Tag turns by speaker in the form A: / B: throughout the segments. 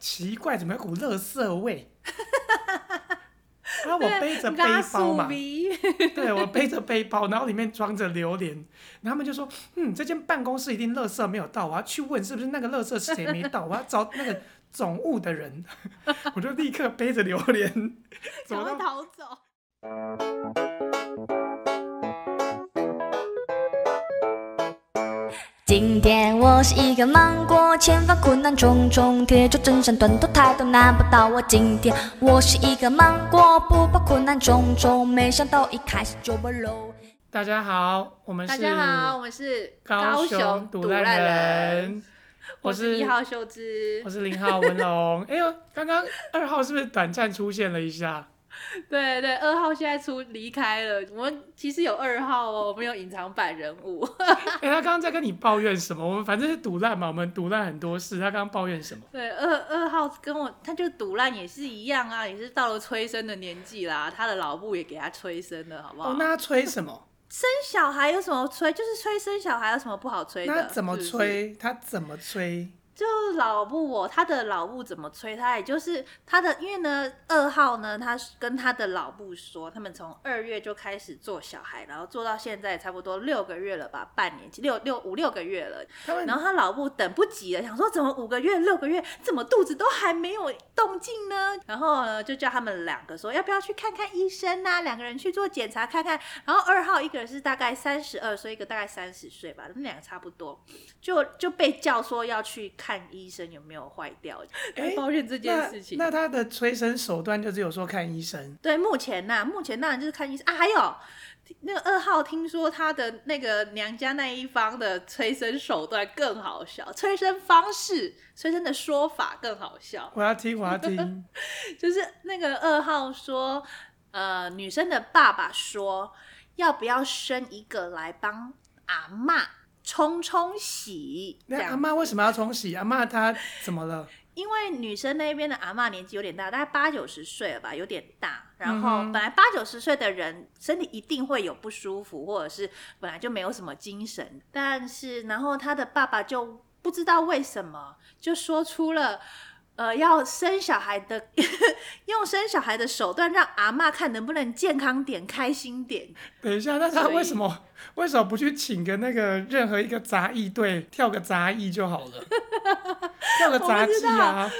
A: 奇怪，怎么有股垃圾 味？啊，我背着背
B: 拉
A: 包
B: 素
A: 嘛，
B: V，
A: 对我背着背包，然后里面装着榴莲，然后他们就说，嗯，这间办公室一定垃圾没有到，我要去问是不是那个垃圾谁没到，我要找那个总务的人， 我就立刻背着榴 莲
B: 赶
A: 走
B: 快
A: 到
B: 逃走。
C: 今天我是一个芒果，前方困难重重，铁杵真山断头台都难不倒我。今天我是一个芒果，不怕困难重重，没想到一开始就不漏。
A: 大家好，我们
B: 大
A: 是
B: 家好，我们是
A: 高雄
B: 毒
A: 独烂
B: 人，
A: 人，
B: 我
A: 我是
B: 一号秀芝
A: 我。是零号文龙。哎呦，刚刚二号是不是短暂出现了一下？
B: 对对，二号现在出离开了，我们其实有二号哦，我们有隐藏版人物。
A: 哎、他刚刚在跟你抱怨什么？我们反正是赌烂嘛，我们赌烂很多事。他刚刚抱怨什么？
B: 对，二二号跟我，他就赌烂也是一样啊，也是到了催生的年纪啦，他的老布也给他催生了，好不好？
A: 哦，那他吹什么？
B: 生小孩有什么催？就是催生小孩有什么不好催的？
A: 那怎么
B: 是不是
A: 吹？他怎么吹？
B: 就老布哦，他的老布怎么催他？也就是他的，因为呢，二号呢，他是跟他的老布说，他们从二月就开始做小孩，然后做到现在差不多六个月了吧，半年六六五六个月了。
A: 他们
B: 然后他老布等不及了，想说怎么五个月六个月，怎么肚子都还没有动静呢？然后呢，就叫他们两个说要不要去看看医生呐、两个人去做检查看看。然后二号一个人是大概三十二岁，一个大概三十岁吧，他们两个差不多，就就被叫说要去看医生有没有坏掉，
A: 哎
B: 抱怨这件事情。
A: 那那他的催生手段就只有说看医生。
B: 对，目前呐、目前当然就是看医生啊。还有那个二号，听说他的那个娘家那一方的催生手段更好笑，催生方式、催生的说法更好笑。
A: 我要听，我要 听。
B: 就是那个二号说，呃，女生的爸爸说，要不要生一个来帮阿嬷冲冲喜？这
A: 那
B: 样
A: 阿妈为什么要冲洗？阿妈她怎么了？
B: 因为女生那边的阿嬷年纪有点大，大概八九十岁了吧，有点大。然后
A: 嗯哼
B: 本来八九十岁的人身体一定会有不舒服，或者是本来就没有什么精神。但是然后他的爸爸就不知道为什么就说出了。呃，要生小孩的， 用生小孩的手段让阿嬷看能不能健康点、开心点。
A: 等一下，那他
B: 所以
A: 为什么为什么不去请个那个任何一个杂役队跳个杂役就好 了？跳个杂技啊！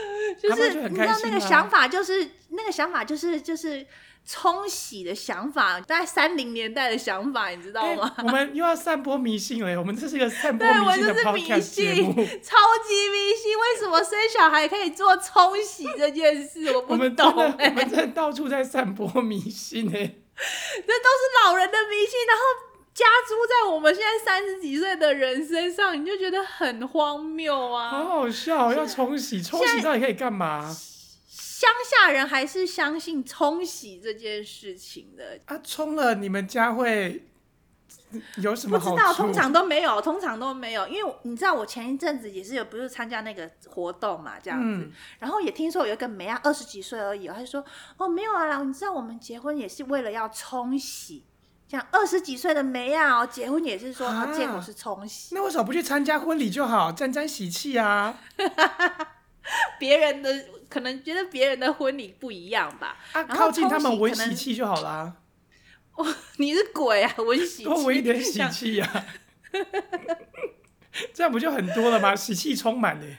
B: 就
A: 他们
B: 是
A: 就很
B: 你
A: 开
B: 知道那
A: 心
B: 个
A: 啊
B: 想法，就是那个想法，就是就是冲洗的想法，大概三零年代的想法，你知道
A: 哎
B: 吗？
A: 我们又要散播迷信了耶，我们这是一个散播
B: 对，我
A: 迷信
B: 就
A: 的
B: 是迷
A: podcast 节
B: 信，
A: 目。
B: 超级迷信。为什么生小孩可以做冲洗这件 事？我
A: 我
B: 不
A: 们
B: 懂
A: 真的，
B: 哎、
A: 我们真的到处在散播迷信哎。
B: 这都是老人的迷信，然后加诸在我们现在三十几岁的人身上，你就觉得很荒谬
A: 好
B: 啊！
A: 好笑哦，要冲洗，冲洗到底可以干嘛
B: 乡下人还是相信冲洗这件事情的，
A: 啊？冲了你们家会有什
B: 不
A: 么
B: 知
A: 好
B: 道，
A: 处？
B: 通常都没有，通常都没有，因为我你知道我前一阵子也是有不是参加那个活动嘛，这样子，
A: 嗯
B: 然后也听说有一个梅啊，二十几岁而已哦，他就说哦没有啊啦，你知道我们结婚也是为了要冲洗，这样二十几岁的梅啊哦，结婚也是说
A: 啊
B: 啊借口是冲洗，
A: 那为什么不去参加婚礼就好，沾沾喜气啊？
B: 别人的可能觉得别人的婚礼不一样吧，
A: 啊，
B: 然后
A: 靠近他
B: 冲
A: 们
B: 洗
A: 闻
B: 可能
A: 喜气就好啦，
B: 你是鬼啊，我是喜
A: 多闻一哦点喜
B: 想
A: 气啊， 这样不就很多了吗？喜气充满欸嘞。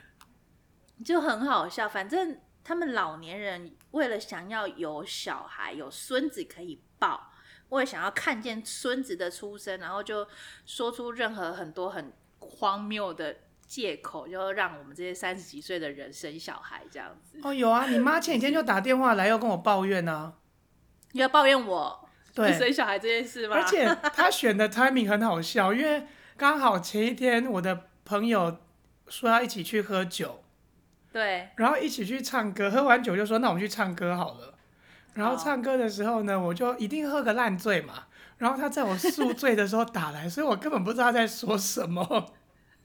B: 就很好笑。反正他们老年人为了想要有小孩、有孙子可以抱，为了想要看见孙子的出生，然后就说出任何很多很荒谬的借口，就让我们这些三十几岁的人生小孩这样子。
A: 哦，有啊，你妈前几天就打电话来要跟我抱怨啊，
B: 你要抱怨我
A: 对，
B: 生小孩这件事吗？
A: 而且他选的 timing 很好笑，因为刚好前一天我的朋友说要一起去喝酒，
B: 对，
A: 然后一起去唱歌，喝完酒就说那我们去唱歌好了。然后
B: 哦
A: 唱歌的时候呢，我就一定喝个烂醉嘛。然后他在我宿醉的时候打来，所以我根本不知道他在说什么，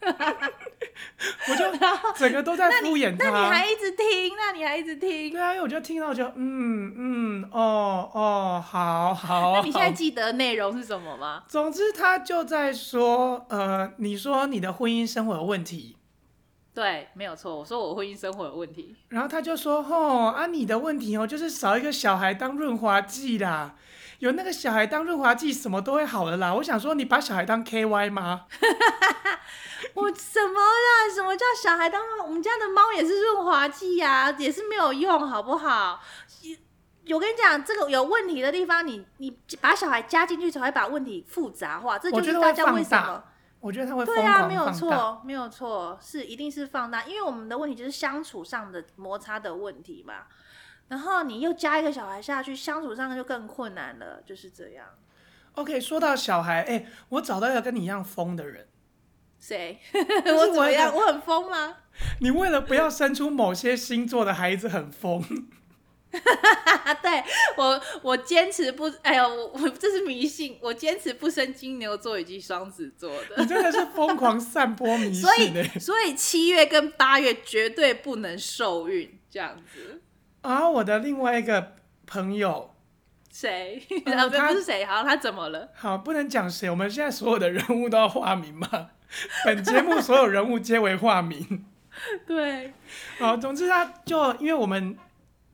A: 我就整个都在敷衍
B: 那你
A: 他。
B: 还一直听，那你还一直听。
A: 对啊，因为我就听到就嗯嗯哦哦好好。
B: 那你现在
A: 好
B: 记得内容是什么吗？
A: 总之，他就在说，呃，你说你的婚姻生活有问题，
B: 对，没有错。我说我婚姻生活有问题，
A: 然后他就说：“吼啊，你的问题哦，就是少一个小孩当润滑剂啦。有那个小孩当润滑剂，什么都会好的啦。”我想说，你把小孩当 KY 吗？
B: 我什么啦？什么叫小孩当润？我们家的猫也是润滑剂呀、也是没有用，好不好？有我跟你讲，这个有问题的地方，你你把小孩加进去，才会把问题复杂化。这就
A: 我觉
B: 是
A: 得
B: 大
A: 会
B: 家为
A: 放
B: 什
A: 大
B: 么
A: 我觉得他会疯
B: 对
A: 狂
B: 啊，
A: 放大。
B: 没有错，没有错，是一定是放大，因为我们的问题就是相处上的摩擦的问题嘛。然后你又加一个小孩下去，相处上就更困难了，就是这样。
A: OK，说到小孩，哎、我找到一个跟你一样疯的人。
B: 谁？
A: 是
B: 我怎
A: 我
B: 么
A: 也
B: 样？我很疯吗？
A: 你为了不要生出某些星座的孩子很疯，
B: 啊，对我，我坚持不，哎呦，我我这是迷信，我坚持不生金牛座以及双子座的，
A: 你真的是疯狂散播迷
B: 所
A: 信哎、
B: 以所以七月跟八月绝对不能受孕，这样子。
A: 然后我的另外一个朋友，
B: 谁？
A: 呃
B: 啊， 不
A: 他
B: 不是谁，好，他怎么了？
A: 好，不能讲谁，我们现在所有的人物都要化名嘛。本节目所有人物皆为化名。
B: 对，
A: 好，总之他就因为我们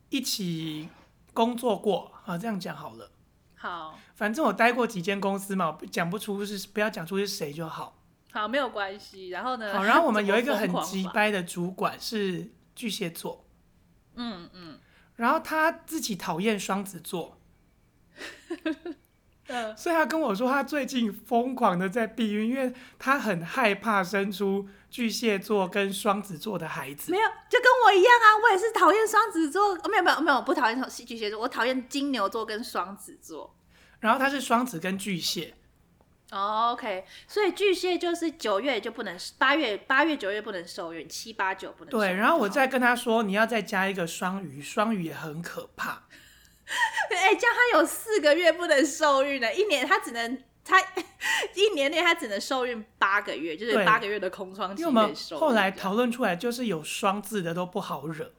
A: 一起工作过啊，这样讲好了。
B: 好。
A: 反正我待过几间公司嘛，我不讲不出是不要讲出是谁就好。
B: 好，没有关系。然后呢？
A: 好，然后我们有一个
B: 怎
A: 很
B: 呃么疯狂
A: 急
B: 法，
A: 掰的主管是巨蟹座，
B: 嗯嗯，
A: 然后他自己讨厌双子座，
B: 呃，
A: 所以他跟我说，他最近疯狂的在避孕，因为他很害怕生出巨蟹座跟双子座的孩子
B: 没。有，就跟我一样啊，我也是讨厌双子座，哦没有没有没有，我不讨厌双巨蟹座，我讨厌金牛座跟双子座。
A: 然后他是双子跟巨蟹，
B: 哦、o k 所以巨蟹就是九月就不能，八月八月九月不能受孕，七八九不能受孕。
A: 对。然后我
B: 好
A: 再跟他说，你要再加一个双鱼，双鱼也很可怕。
B: 哎、这样他有四个月不能受孕了，一年他只能他 一年内他只能受孕八个月，就是
A: 对
B: 八个月的空窗
A: 因
B: 期
A: 为我们
B: 可以受孕
A: 后来
B: 这样
A: 讨论出来，就是有双字的都不好惹。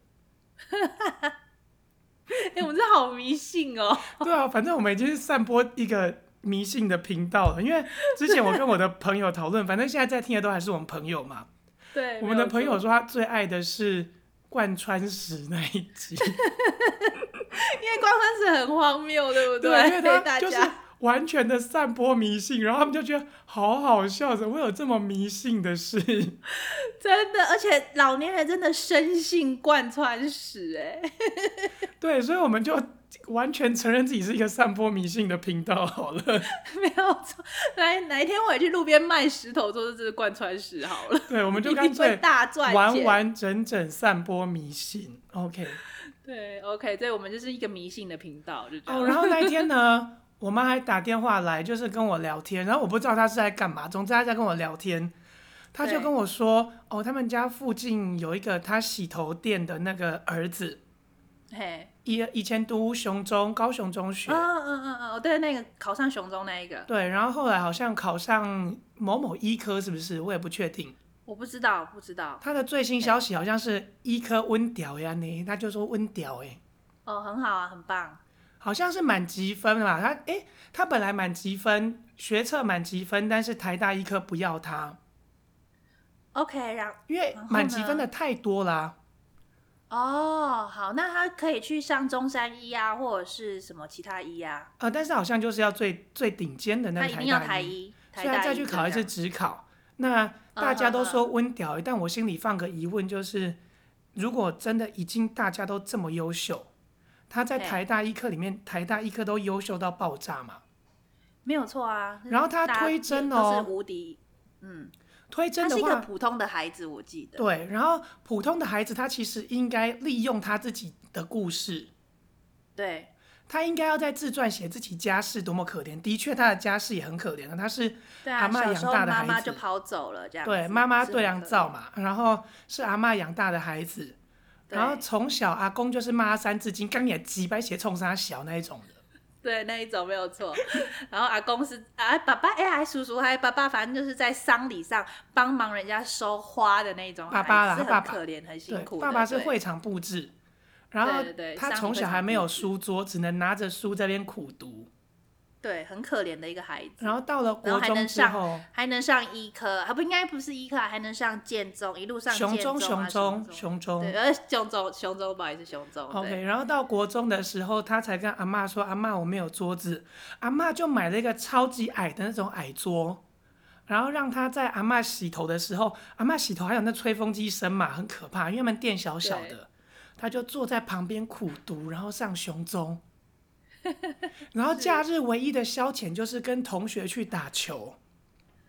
B: 哎、我们这好迷信哦。
A: 对啊，反正我们已经是散播一个迷信的频道了。因为之前我跟我的朋友讨 论，反正现在在听的都还是我们朋友嘛。
B: 对，
A: 我
B: 没
A: 们的
B: 有
A: 朋
B: 错
A: 友说他最爱的是贯穿石那一集，
B: 因为光分是很荒谬，对不
A: 对，因为
B: 对
A: 他
B: 大
A: 就是
B: 家
A: 完全的散播迷信，然后他们就觉得好好笑，怎么会有这么迷信的事？
B: 真的，而且老年人真的生性贯穿史，哎，
A: 对，所以我们就完全承认自己是一个散播迷信的频道好了。
B: 没有错。来哪一天我也去路边卖石头，做这是贯穿史好了，
A: 对，我们就
B: 一
A: 干
B: 定会
A: 脆
B: 大赚钱。
A: 完完整整散播迷信。OK，
B: 对，OK，所以我们就是一个迷信的频道，就这样。
A: 哦， 然后那一天呢，我妈还打电话来，就是跟我聊天，然后我不知道她是在干嘛，总之她在跟我聊天。她就
B: 对
A: 跟我说，哦，他们家附近有一个她洗头店的那个儿子，
B: 嘿，
A: 以以前读雄中高雄中学，
B: 嗯嗯嗯嗯，哦对，那个考上雄中那一个，
A: 对，然后后来好像考上某某医科，是不是？我也不确定。
B: 我不知道，不知道。
A: 他的最新消息好像是医科温屌呀，你他就说温屌哎，
B: 哦，很好啊，很棒。
A: 好像是满积分嘛。他哎、他本来满积分，学测满积分，但是台大医科不要他，
B: OK，然
A: 因为
B: 然后
A: 满积
B: 呢
A: 分的太多啦、
B: 哦，好，那他可以去上中山医啊，或者是什么其他医啊。
A: 呃，但是好像就是要最最顶尖的那
B: 他
A: 个
B: 一
A: 台
B: 定要
A: 大
B: 台
A: 医，
B: 一，
A: 所
B: 台
A: 以
B: 大
A: 他
B: 一
A: 再去考一次职考。那大家都
B: 嗯
A: 说温屌，但我心里放个疑问，就是如果真的已经大家都这么优秀，他在
B: 对
A: 台大医科里面，台大医科都优秀到爆炸嘛？
B: 没有错啊。
A: 然后他
B: 大家
A: 推甄
B: 都
A: 哦
B: 是无敌，嗯，
A: 推
B: 他
A: 甄
B: 是
A: 的
B: 一个
A: 话，
B: 普通的孩子，我记得。
A: 对，然后普通的孩子他其实应该利用他自己的故事，
B: 对
A: 他应该要在自传写自己家世多么可怜。的确，他的家世也很可怜的，他是
B: 对啊，
A: 阿嬷
B: 小时候
A: 养大的
B: 妈
A: 孩
B: 妈
A: 子
B: 就跑走了，这样
A: 对
B: 子
A: 妈妈对
B: 是
A: 粮
B: 很可
A: 灶嘛，然后是阿嬷养大的孩子，
B: 对
A: 然后从小阿公就是骂他三字经，刚也几百写冲杀小那一种的。
B: 对那一种没有错。然后阿公是啊，爸爸哎，还叔叔还爸爸，反正就是在丧礼上帮忙人家收花的那种
A: 爸
B: 孩子，
A: 爸啦
B: 是
A: 他爸
B: 很
A: 爸
B: 可怜，很
A: 对
B: 辛，苦的。
A: 爸爸是
B: 对
A: 会场布置，然后
B: 对对对
A: 他
B: 上
A: 从
B: 会
A: 小还
B: 场
A: 没
B: 布
A: 有
B: 置
A: 书桌，只能拿着书这边苦读。
B: 对，很可怜的一个孩子。
A: 然后到了
B: 然
A: 国
B: 后还能
A: 中之
B: 上
A: 后，
B: 还能上医科，啊还不应该不是医科，还能上建中，一路上
A: 雄
B: 建
A: 中
B: 啊
A: 雄中
B: 雄
A: 雄
B: 中，对，
A: 中。
B: 呃，雄中雄中，不好意思，雄中。哦对
A: OK，然后到国中的时候，他才跟阿嬷说：“阿嬷，我没有桌子。”阿嬷就买了一个超级矮的那种矮桌，然后让他在阿嬷洗头的时候，阿嬷洗头还有那吹风机声嘛，很可怕，因为他们店小小的，他就坐在旁边苦读，然后上雄 中。然后假日唯一的消遣就是跟同学去打球。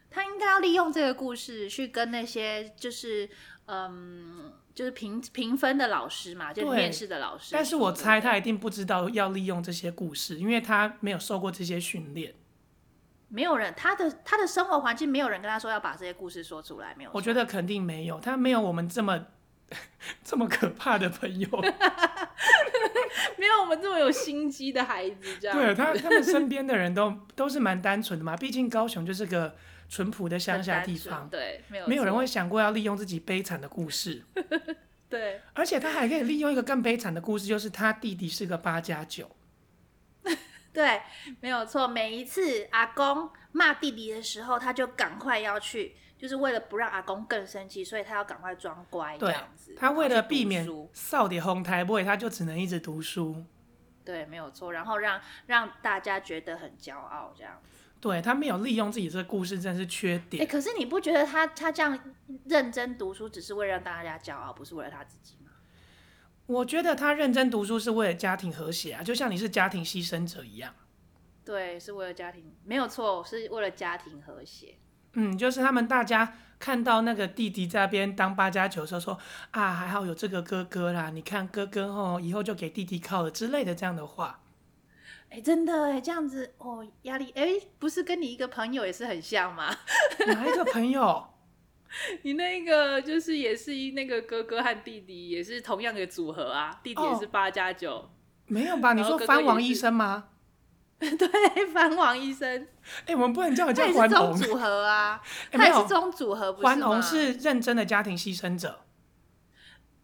B: 他应该要利用这个故事去跟那些就是嗯，就是评评分的老师嘛，就是
A: 对
B: 面试的老师。
A: 但是我猜
B: 对不对
A: 他一定不知道要利用这些故事，因为他没有受过这些训练。
B: 没有人，他的他的生活环境没有人跟他说要把这些故事说出来，没有错。
A: 我觉得肯定没有，他没有我们这么 这么可怕的朋友。
B: 没有我们这么有心机的孩子，这 样
A: 对他，他们身边的人都都是蛮单纯的嘛，毕竟高雄就是个淳朴的乡下地
B: 很单纯
A: 方，
B: 对，没有
A: 没有人
B: 错
A: 会想过要利用自己悲惨的故事。
B: 对，
A: 而且他还可以利用一个更悲惨的故事，就是他弟弟是个八加九。
B: 对，没有错。每一次阿公骂弟弟的时候，他就赶快要去，就是为了不让阿公更生气，所以他要赶快装乖这
A: 对
B: 样子。
A: 他为
B: 然
A: 了
B: 后去
A: 避
B: 读
A: 免
B: 书
A: 少点红台位，他就只能一直读书。
B: 对，没有错，然后让让大家觉得很骄傲这样。
A: 对他没有利用自己这个故事，真的是缺
B: 哎、
A: 点。
B: 可是你不觉得他他这样认真读书，只是为了让大家骄傲，不是为了他自己吗？
A: 我觉得他认真读书是为了家庭和谐啊，就像你是家庭牺牲者一样。
B: 对，是为了家庭，没有错，是为了家庭和谐。
A: 嗯，就是他们大家看到那个弟弟在那边当八加九的时候说啊，还好有这个哥哥啦，你看哥哥哦，以后就给弟弟靠了之类的这样的话。
B: 哎、真的哎、这样子哦，压力哎、不是跟你一个朋友也是很像吗？
A: 哪一个朋友？
B: 你那个就是也是一那个哥哥和弟弟也是同样的组合啊，弟弟也
A: 哦
B: 是八加九，
A: 没有吧？你
B: 然后
A: 说
B: 哥哥
A: 藩王
B: 也是
A: 医生吗？
B: 对，藩王医生，
A: 哎、我们不能叫人
B: 他
A: 家
B: 也是
A: 环
B: 中
A: 红，
B: 组合 啊，
A: 哎
B: 他也
A: 没
B: 是
A: 有
B: 中组合，不
A: 环
B: 吗
A: 红是认真的家庭牺牲者。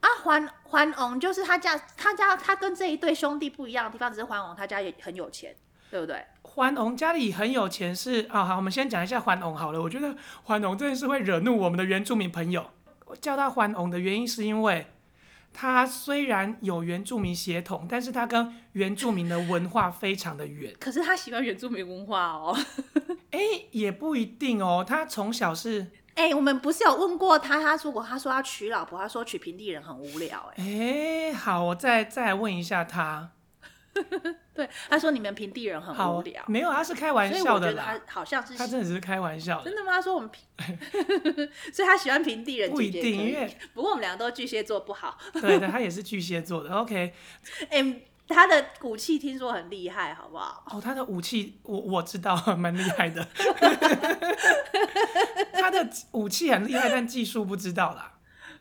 B: 啊，环环红就是他家，他家他跟这一对兄弟不一样的地方，只是环红他家也很有钱，对不对？
A: 环红家里很有钱是啊、好，我们先讲一下环红好了。我觉得环红真的是会惹怒我们的原住民朋友。我叫他环红的原因是因为他虽然有原住民血统，但是他跟原住民的文化非常的远。
B: 可是他喜欢原住民文化哦。
A: 哎、也不一定哦。他从小是
B: 哎、我们不是有问过他，他如果他说要娶老婆，他说娶平地人很无聊、哎，
A: 哎、好，我再再来问一下他。
B: 对，他说你们平地人很
A: 好，
B: 无聊，
A: 没有，他是开玩
B: 所以
A: 笑
B: 我
A: 的
B: 觉得他
A: 啦。
B: 好像是
A: 他真的只是开玩笑的
B: 真。的吗？他说我 们平，所以他喜欢平地人
A: 不一
B: 姐姐
A: 定
B: 可以
A: 因为
B: 不过我们两个都巨蟹座不好。
A: 对对，他也是巨蟹座的。OK，
B: 哎、他的骨气听说很厉害，好不好？
A: 哦，他的武器我我知道， 蛮厉害的。他的武器很厉害，但技术不知道啦。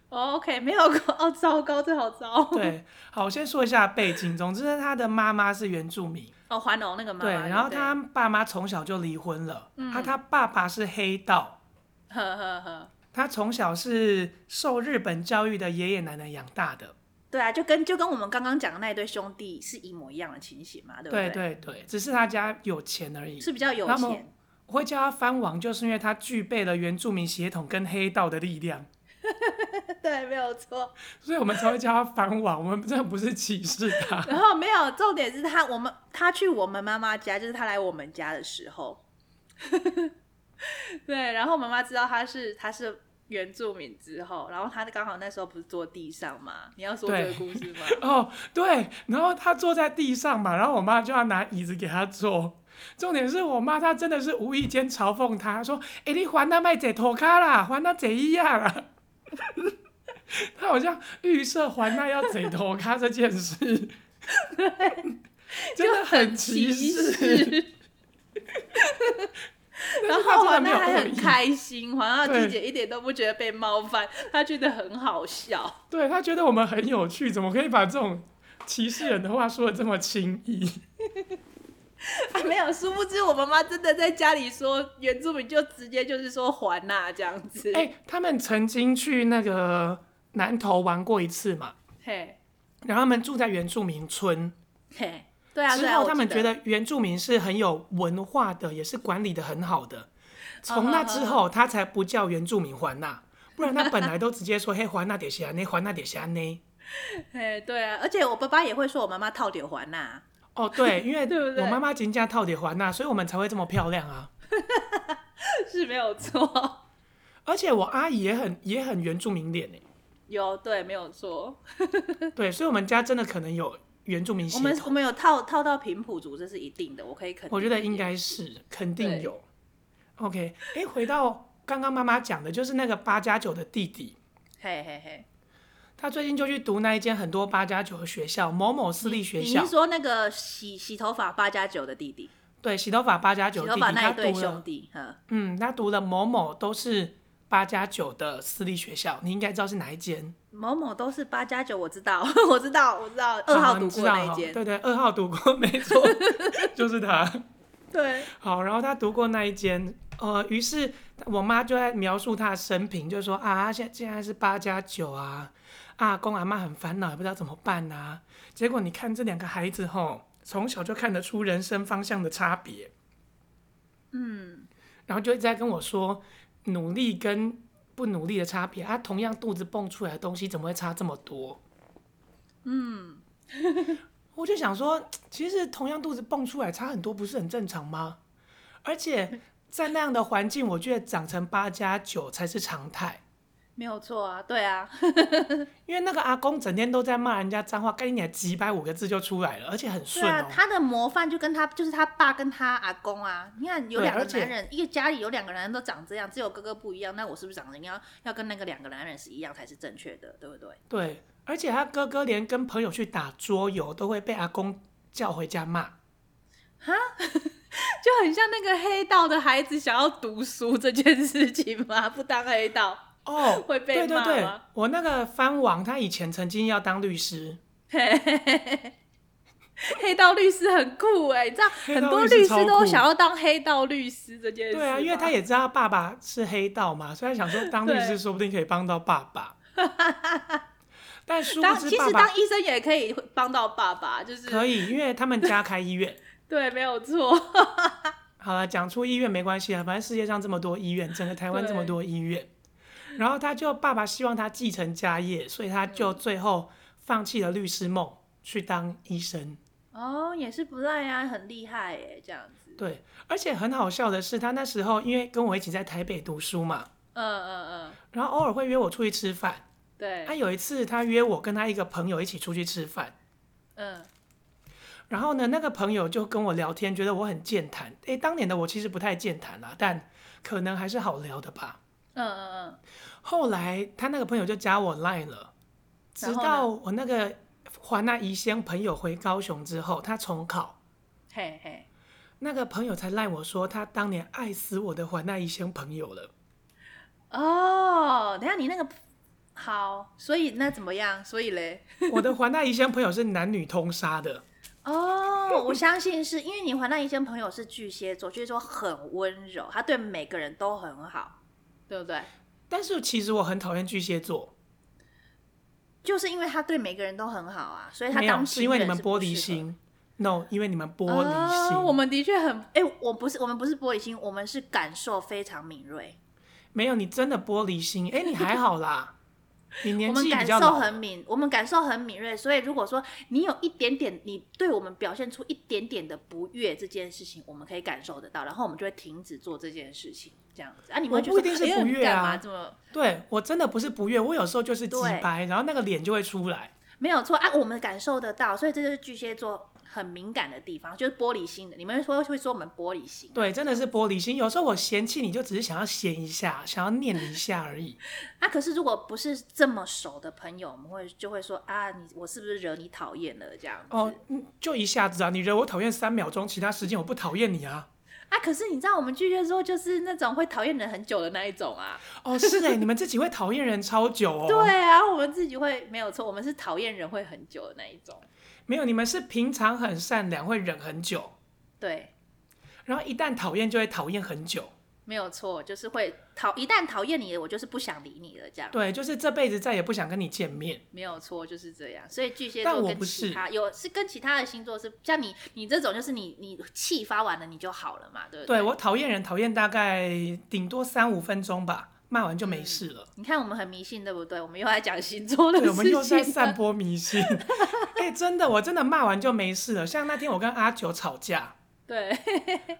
B: 哦、o k 没有哦，糟糕，这好糟。，
A: 对，好，我先说一下背景。总之呢，他的妈妈是原住民，
B: 哦，环龙那个妈妈，嗯
A: 对，然后
B: 不
A: 他爸妈从小就离婚了，啊，他爸爸是黑道，
B: 呵呵呵，
A: 他从小是受日本教育的爷爷奶奶养大的。
B: 对啊，就跟就跟我们刚刚讲的那一对兄弟是一模一样的情形嘛，对不
A: 对
B: 对
A: 对对，只是他家有钱而已。
B: 是比较有
A: 他们
B: 钱，
A: 我会叫他藩王，就是因为他具备了原住民血统跟黑道的力量。
B: 对，没有错。
A: 所以我们才会叫他反网，我们真的不是歧视他。
B: 然后没有，重点是他我们他去我们妈妈家，就是他来我们家的时候， 对，然后妈妈知道他是他是原住民之后，然后他刚好那时候不是坐地上嘛，你要说这个
A: 对
B: 故事 吗？
A: 哦，对，然后他坐在地上嘛，然后我妈就要拿椅子给他坐。重点是我妈她真的是无意间嘲讽他，她说：“哎、你还他卖这头卡啦，还他怎样 啊？”他好像预设还他要贼头卡这件事，真的很歧视。
B: 视。然
A: 但
B: 后
A: 是他真
B: 环
A: 的没有
B: 娜还
A: 恶
B: 很
A: 意，
B: 开心，环娜
A: 对
B: 季姐一点都不觉得被冒犯，她觉得很好笑。
A: 对他觉得我们很有趣，怎么可以把这种歧视人的话说的这么轻易？
B: 啊、没有，殊不知我妈妈真的在家里说原住民就直接就是说环娜这样子。
A: 哎、他们曾经去那个南投玩过一次嘛，
B: 嘿，
A: 然后他们住在原住民村，
B: 嘿，对啊，
A: 之
B: 对啊，
A: 后
B: 我
A: 他们
B: 记
A: 觉得原住民是很有文化的，也是管理的很好
B: 嗯
A: 的。从那之后，他才不叫原住民环娜，不然他本来都直接说嘿环娜点下呢，环娜点下呢。
B: 哎，对啊，而且我爸爸也会说我妈妈套点环呐、
A: 哦，对，因为
B: 对不对
A: 我妈妈金家套点环娜，所以我们才会这么漂亮啊。
B: 是没有错，
A: 而且我阿姨也很也很原住民脸诶，
B: 有对没有错，
A: 对，所以我们家真的可能有原住民血
B: 嗯我们我
A: 统，
B: 们有套套到平埔族，这是一定的，我可以肯定，
A: 我觉得应该 是肯定
B: 对
A: 有。OK，哎、回到刚刚妈妈讲的，就是那个八加九的弟弟，
B: 嘿嘿嘿，
A: 他最近就去读那一间很多八加九的学校，某某私立学
B: 你
A: 校
B: 是，说那个洗洗头发八加九的弟弟，
A: 对，洗头发八加
B: 洗
A: 九弟
B: 头
A: 弟，
B: 发那
A: 他
B: 一对
A: 读
B: 兄
A: 了，
B: 弟，嗯，
A: 嗯，他读了某某都是八加九的私立学校，你应该知道是哪一间，
B: 某某都是八加九，我知道， 我知道，我知道，二
A: 啊
B: 号
A: 你
B: 读
A: 知
B: 过
A: 道
B: 那一
A: 哈
B: 间，
A: 对对，二号读过， 没错，就是他。
B: 对，
A: 好，然后他读过那一间，呃，于是我妈就在描述他的生平，就说啊，他现在现在是八加九啊，阿公阿妈很烦恼，也不知道怎么办啊。结果你看这两个孩子吼，从小就看得出人生方向的差别，
B: 嗯，
A: 然后就一直在跟我说努力跟不努力的差别，啊，同样肚子蹦出来的东西怎么会差这么多？嗯，我就想说，其实同样肚子蹦出来差很多，不是很正常吗？而且在那样的环境，我觉得长成八加九才是常态。
B: 没有错啊，对啊，
A: 因为那个阿公整天都在骂人家脏话，干你娘几百五个字就出来了，而且很
B: 对
A: 顺
B: 啊
A: 哦，。
B: 他的模范就跟他就是他爸跟他阿公啊，你看有
A: 对
B: 两个
A: 而且
B: 男人，一个家里有两个男人都长这样，只有哥哥不一样，那我是不是长得应该要跟那个两个男人是一样才是正确的，对不对？
A: 对，而且他哥哥连跟朋友去打桌游都会被阿公叫回家骂。
B: 就很像那个黑道的孩子想要读书这件事情吗？不当黑道
A: 哦，
B: 会被
A: 对对
B: 骂
A: 对
B: 吗，
A: 我那个藩王他以前曾经要当律师，
B: 嘿嘿嘿嘿 黑道律师很酷哎、你知道
A: 黑
B: 很
A: 道
B: 多
A: 律师
B: 律师
A: 超
B: 都
A: 酷
B: 想要当黑道律师这件事吗。
A: 对啊，因为他也知道爸爸是黑道嘛，所以他想说当律
B: 对
A: 师说不定可以帮到爸 爸。但殊
B: 当
A: 不
B: 其
A: 知爸
B: 实
A: 爸
B: 当医生也可以帮到爸爸，就是
A: 可以，因为他们家开医院。
B: 对，没有错。
A: 好了，讲出医院没关系啊，反正世界上这么多医院，整个台湾
B: 对
A: 这么多医院。然后他就爸爸希望他继承家业，所以他就最后放弃了律师梦，去当医生。
B: 哦，也是不赖啊，很厉害耶，这样子。
A: 对，而且很好笑的是，他那时候因为跟我一起在台北读书嘛，
B: 嗯嗯嗯，
A: 然后偶尔会约我出去吃饭。
B: 对，
A: 他有一次他约我跟他一个朋友一起出去吃饭，
B: 嗯
A: 然后呢，那个朋友就跟我聊天，觉得我很健谈。诶，当年的我其实不太健谈啦，但可能还是好聊的吧。
B: 嗯嗯
A: 后来他那个朋友就加我 Line 了，直
B: 然后呢
A: 到我那个华纳宜乡朋友回高雄之后，他重考，
B: 嗯，嘿嘿，
A: 那个朋友才赖我说他当年爱死我的华纳宜乡朋友 了。
B: 哦，等一下你那个好，所以那怎么样？所以嘞，
A: 我的华纳宜乡朋友是男女通杀的，
B: 哦，我相信是因为你环那一些朋友是巨蟹座，巨蟹座很温柔，他对每个人都很好，对不对？
A: 但是其实我很讨厌巨蟹座，
B: 就是因为他对每个人都很好啊，所以他
A: 没有
B: 当
A: 是因为你
B: 情人
A: 们玻
B: 不
A: 璃
B: 适合
A: 心，no，因为你们玻璃心，
B: 哦，我们的确很哎、我不是我们不是玻璃心，我们是感受非常敏锐，
A: 没有你真的玻璃心，哎、你还好啦，你
B: 我
A: 年
B: 们
A: 纪比
B: 感
A: 较
B: 受
A: 老，
B: 很敏，我们感受很敏锐，所以如果说你有一点点，你对我们表现出一点点的不悦这件事情，我们可以感受得到，然后我们就会停止做这件事情，这样子啊，你们
A: 我
B: 会觉
A: 不
B: 得
A: 一定是
B: 哎
A: 不
B: 你
A: 悦啊
B: 干嘛这么
A: 对我真的不是不悦，我有时候就是急
B: 对
A: 白，然后那个脸就会出来。
B: 没有错啊，我们感受得到，所以这就是巨蟹座很敏感的地方，就是玻璃心的，你们会说会说我们玻璃心，
A: 对，真的是玻璃心。有时候我嫌弃你，就只是想要嫌一下，想要念你一下而已。
B: 啊，可是如果不是这么熟的朋友，我们会就会说啊，你我是不是惹你讨厌了这样子？
A: 哦，嗯就一下子啊！你惹我讨厌三秒钟，其他时间我不讨厌你啊。
B: 啊，可是你知道我们巨蟹座就是那种会讨厌人很久的那一种啊。
A: 哦， 是哎，你们自己会讨厌人超久 哦。
B: 对，啊，我们自己会没有错，我们是讨厌人会很久的那一种。
A: 没有，你们是平常很善良，会忍很久，
B: 对，
A: 然后一旦讨厌就会讨厌很久。
B: 没有错，就是会讨一旦讨厌你了，我就是不想理你了，这样
A: 对，就是这辈子再也不想跟你见面。
B: 没有错，就是这样。所以巨蟹
A: 但
B: 座
A: 我
B: 跟
A: 不
B: 其
A: 是
B: 他有是跟其他的星座是像你你这种，就是你你气发完了你就好了嘛，对不
A: 呃对我讨厌人，讨厌大概顶多三五分钟吧，骂完就没事 了。
B: 你看我们很迷信，对不对？我们又在讲星座的
A: 对，我们又
B: 事
A: 在
B: 情
A: 散
B: 了。
A: 播迷信。 哎、真的，我真的骂完就没事了。像那天我跟阿九吵架，
B: 对，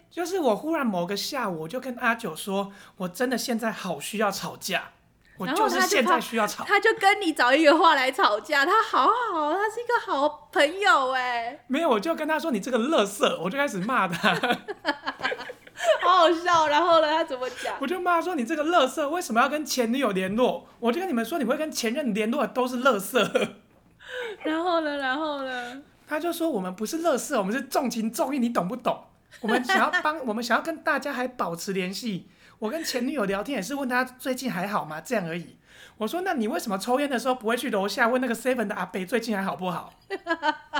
A: 就是我忽然某个下午，我就跟阿九说，我真的现在好需要吵架，我
B: 然后
A: 是
B: 他就
A: 现
B: 怕
A: 在需要吵。
B: 他就跟你找一个话来吵架，他好好，他是一个好朋友哎，
A: 没有，我就跟他说你这个垃圾，我就开始骂他，
B: 好好笑。然后呢，他怎么讲？
A: 我就骂他说你这个垃圾为什么要跟前女友联络？我就跟你们说你会跟前任联络的都是垃圾。
B: 然后呢，然后呢？
A: 他就说我们不是垃圾，我们是重情重义，你懂不懂？我们想要帮，我们想要跟大家还保持联系。我跟前女友聊天也是问她最近还好吗，这样而已。我说那你为什么抽烟的时候不会去楼下问那个 seven 的阿北最近还好不好？
B: 好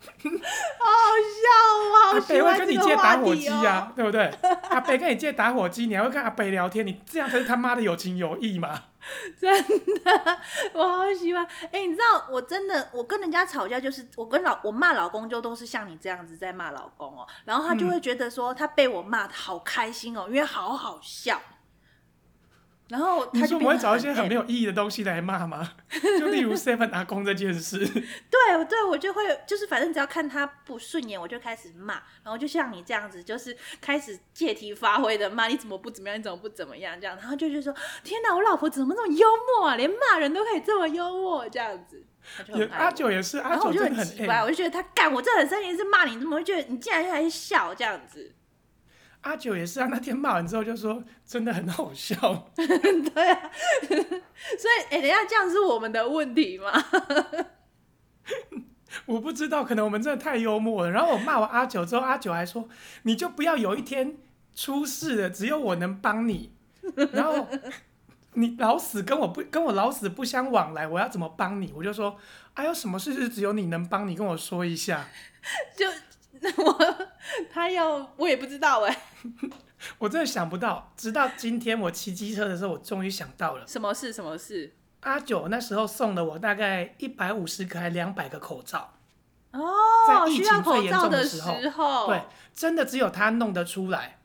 B: 好笑，我好
A: 阿
B: 喜
A: 哎北会
B: 欢
A: 跟
B: 这
A: 你
B: 个
A: 借打
B: 话
A: 火
B: 题
A: 机
B: 哦。
A: 啊，对不对？阿北跟你借打火机，你还会跟阿北聊天，你这样才是他妈的有情有义嘛？
B: 我好喜欢。哎、你知道我真的，我跟人家吵架就是，我跟老我骂老公就都是像你这样子在骂老公哦，然后他就会觉得说他被我骂的好开心哦，因为好好笑。然后
A: 你
B: 他
A: 说
B: 就
A: 我会找一些
B: 变得
A: 很没
B: 有
A: 有意义的东西来骂吗？ 就例如 seven 阿公这件 事，
B: 对对，我就会就是反正只要看他不顺眼，我就开始骂，然后就像你这样子，就是开始借题发挥的骂，你怎么不怎么样，你怎么不怎么样这样，然后就觉得说天哪，我老婆怎么那么幽默啊，连骂人都可以这么幽默这样子。他就很
A: 也啊
B: 爱
A: 阿
B: 我
A: 九也是，阿
B: 然后
A: 九
B: 哦我就
A: 真
B: 很
A: 的
B: 奇
A: 很哎
B: 怪，
A: 爱。
B: 我就觉得他干，我这很生气，是骂你，怎么会觉得你竟然还笑这样子？
A: 阿九也是啊，那天骂完之后就说真的很好笑，
B: 对啊， 所以哎、等一下这样是我们的问题吗？
A: 我不知道，可能我们真的太幽默了。然后我骂完阿九之后，阿九还说你就不要有一天出事了，只有我能帮你， 然后你老死跟我不跟我老死不相往来，我要怎么帮你？我就说哎有什么事是只有你能帮你跟我说一下，
B: 就我他要我也不知道哎、
A: 我真的想不到，直到今天我骑机车的时候，我终于想到了。
B: 什么事什么事
A: 阿九那时候送了我大概一百五十个还两百个口罩，
B: 哦，
A: 在疫
B: 需
A: 情
B: 要口
A: 最严
B: 罩
A: 重的
B: 时
A: 时候
B: 候，
A: 对，真的只有他弄得出来。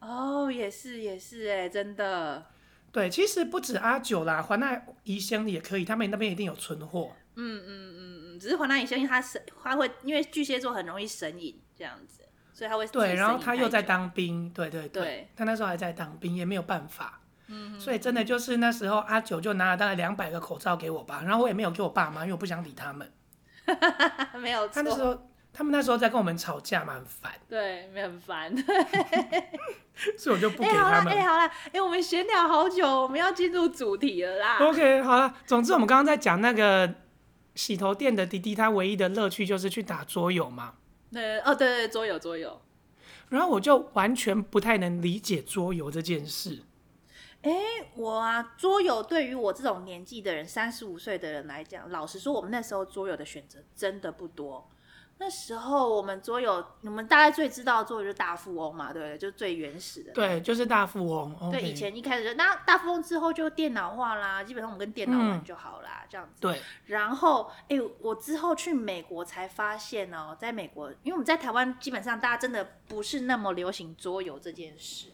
B: 哦，也是也是哎、真的，
A: 对，其实不止阿九啦，环奈宜乡也可以，他们那边一定有存货。
B: 嗯嗯嗯嗯，只是黄大也相信他神，他会因为巨蟹座很容易神隐这样子，所以他会自己
A: 对，然后
B: 神隐
A: 他
B: 太
A: 又在
B: 久
A: 当兵，对对
B: 对
A: 他那时候还在当兵，也没有办法。嗯，所以真的就是那时候阿九就拿了大概两百个口罩给我吧，然后我也没有给我爸妈，因为我不想理他们。
B: 没有
A: 他那时
B: 错，
A: 候他们那时候在跟我们吵架，蛮烦，
B: 对，没有很烦。
A: 所以我就不
B: 哎、
A: 给
B: 好
A: 他
B: 啦，
A: 们。
B: 哎、好啦，哎、我们闲聊好久，我们要进入主题 了啦。
A: OK，好了，总之我们刚刚在讲那个洗头店的弟弟，他唯一的乐趣就是去打桌游嘛。
B: 对，哦，对对对，桌游桌游。
A: 然后我就完全不太能理解桌游这件事。
B: 哎、我啊，桌游对于我这种年纪的人，三十五岁的人来讲，老实说，我们那时候桌游的选择真的不多。那时候我们桌游，你们大概最知道的桌游就是大富翁嘛，对不对？就最原始的。
A: 对，就是大富翁。
B: 对
A: OK
B: 以前一开始就那大富翁之后就电脑化啦，基本上我们跟电脑
A: 嗯
B: 玩就好啦，这样子。
A: 对
B: 然后，哎、我之后去美国才发现哦，在美国，因为我们在台湾基本上大家真的不是那么流行桌游这件事。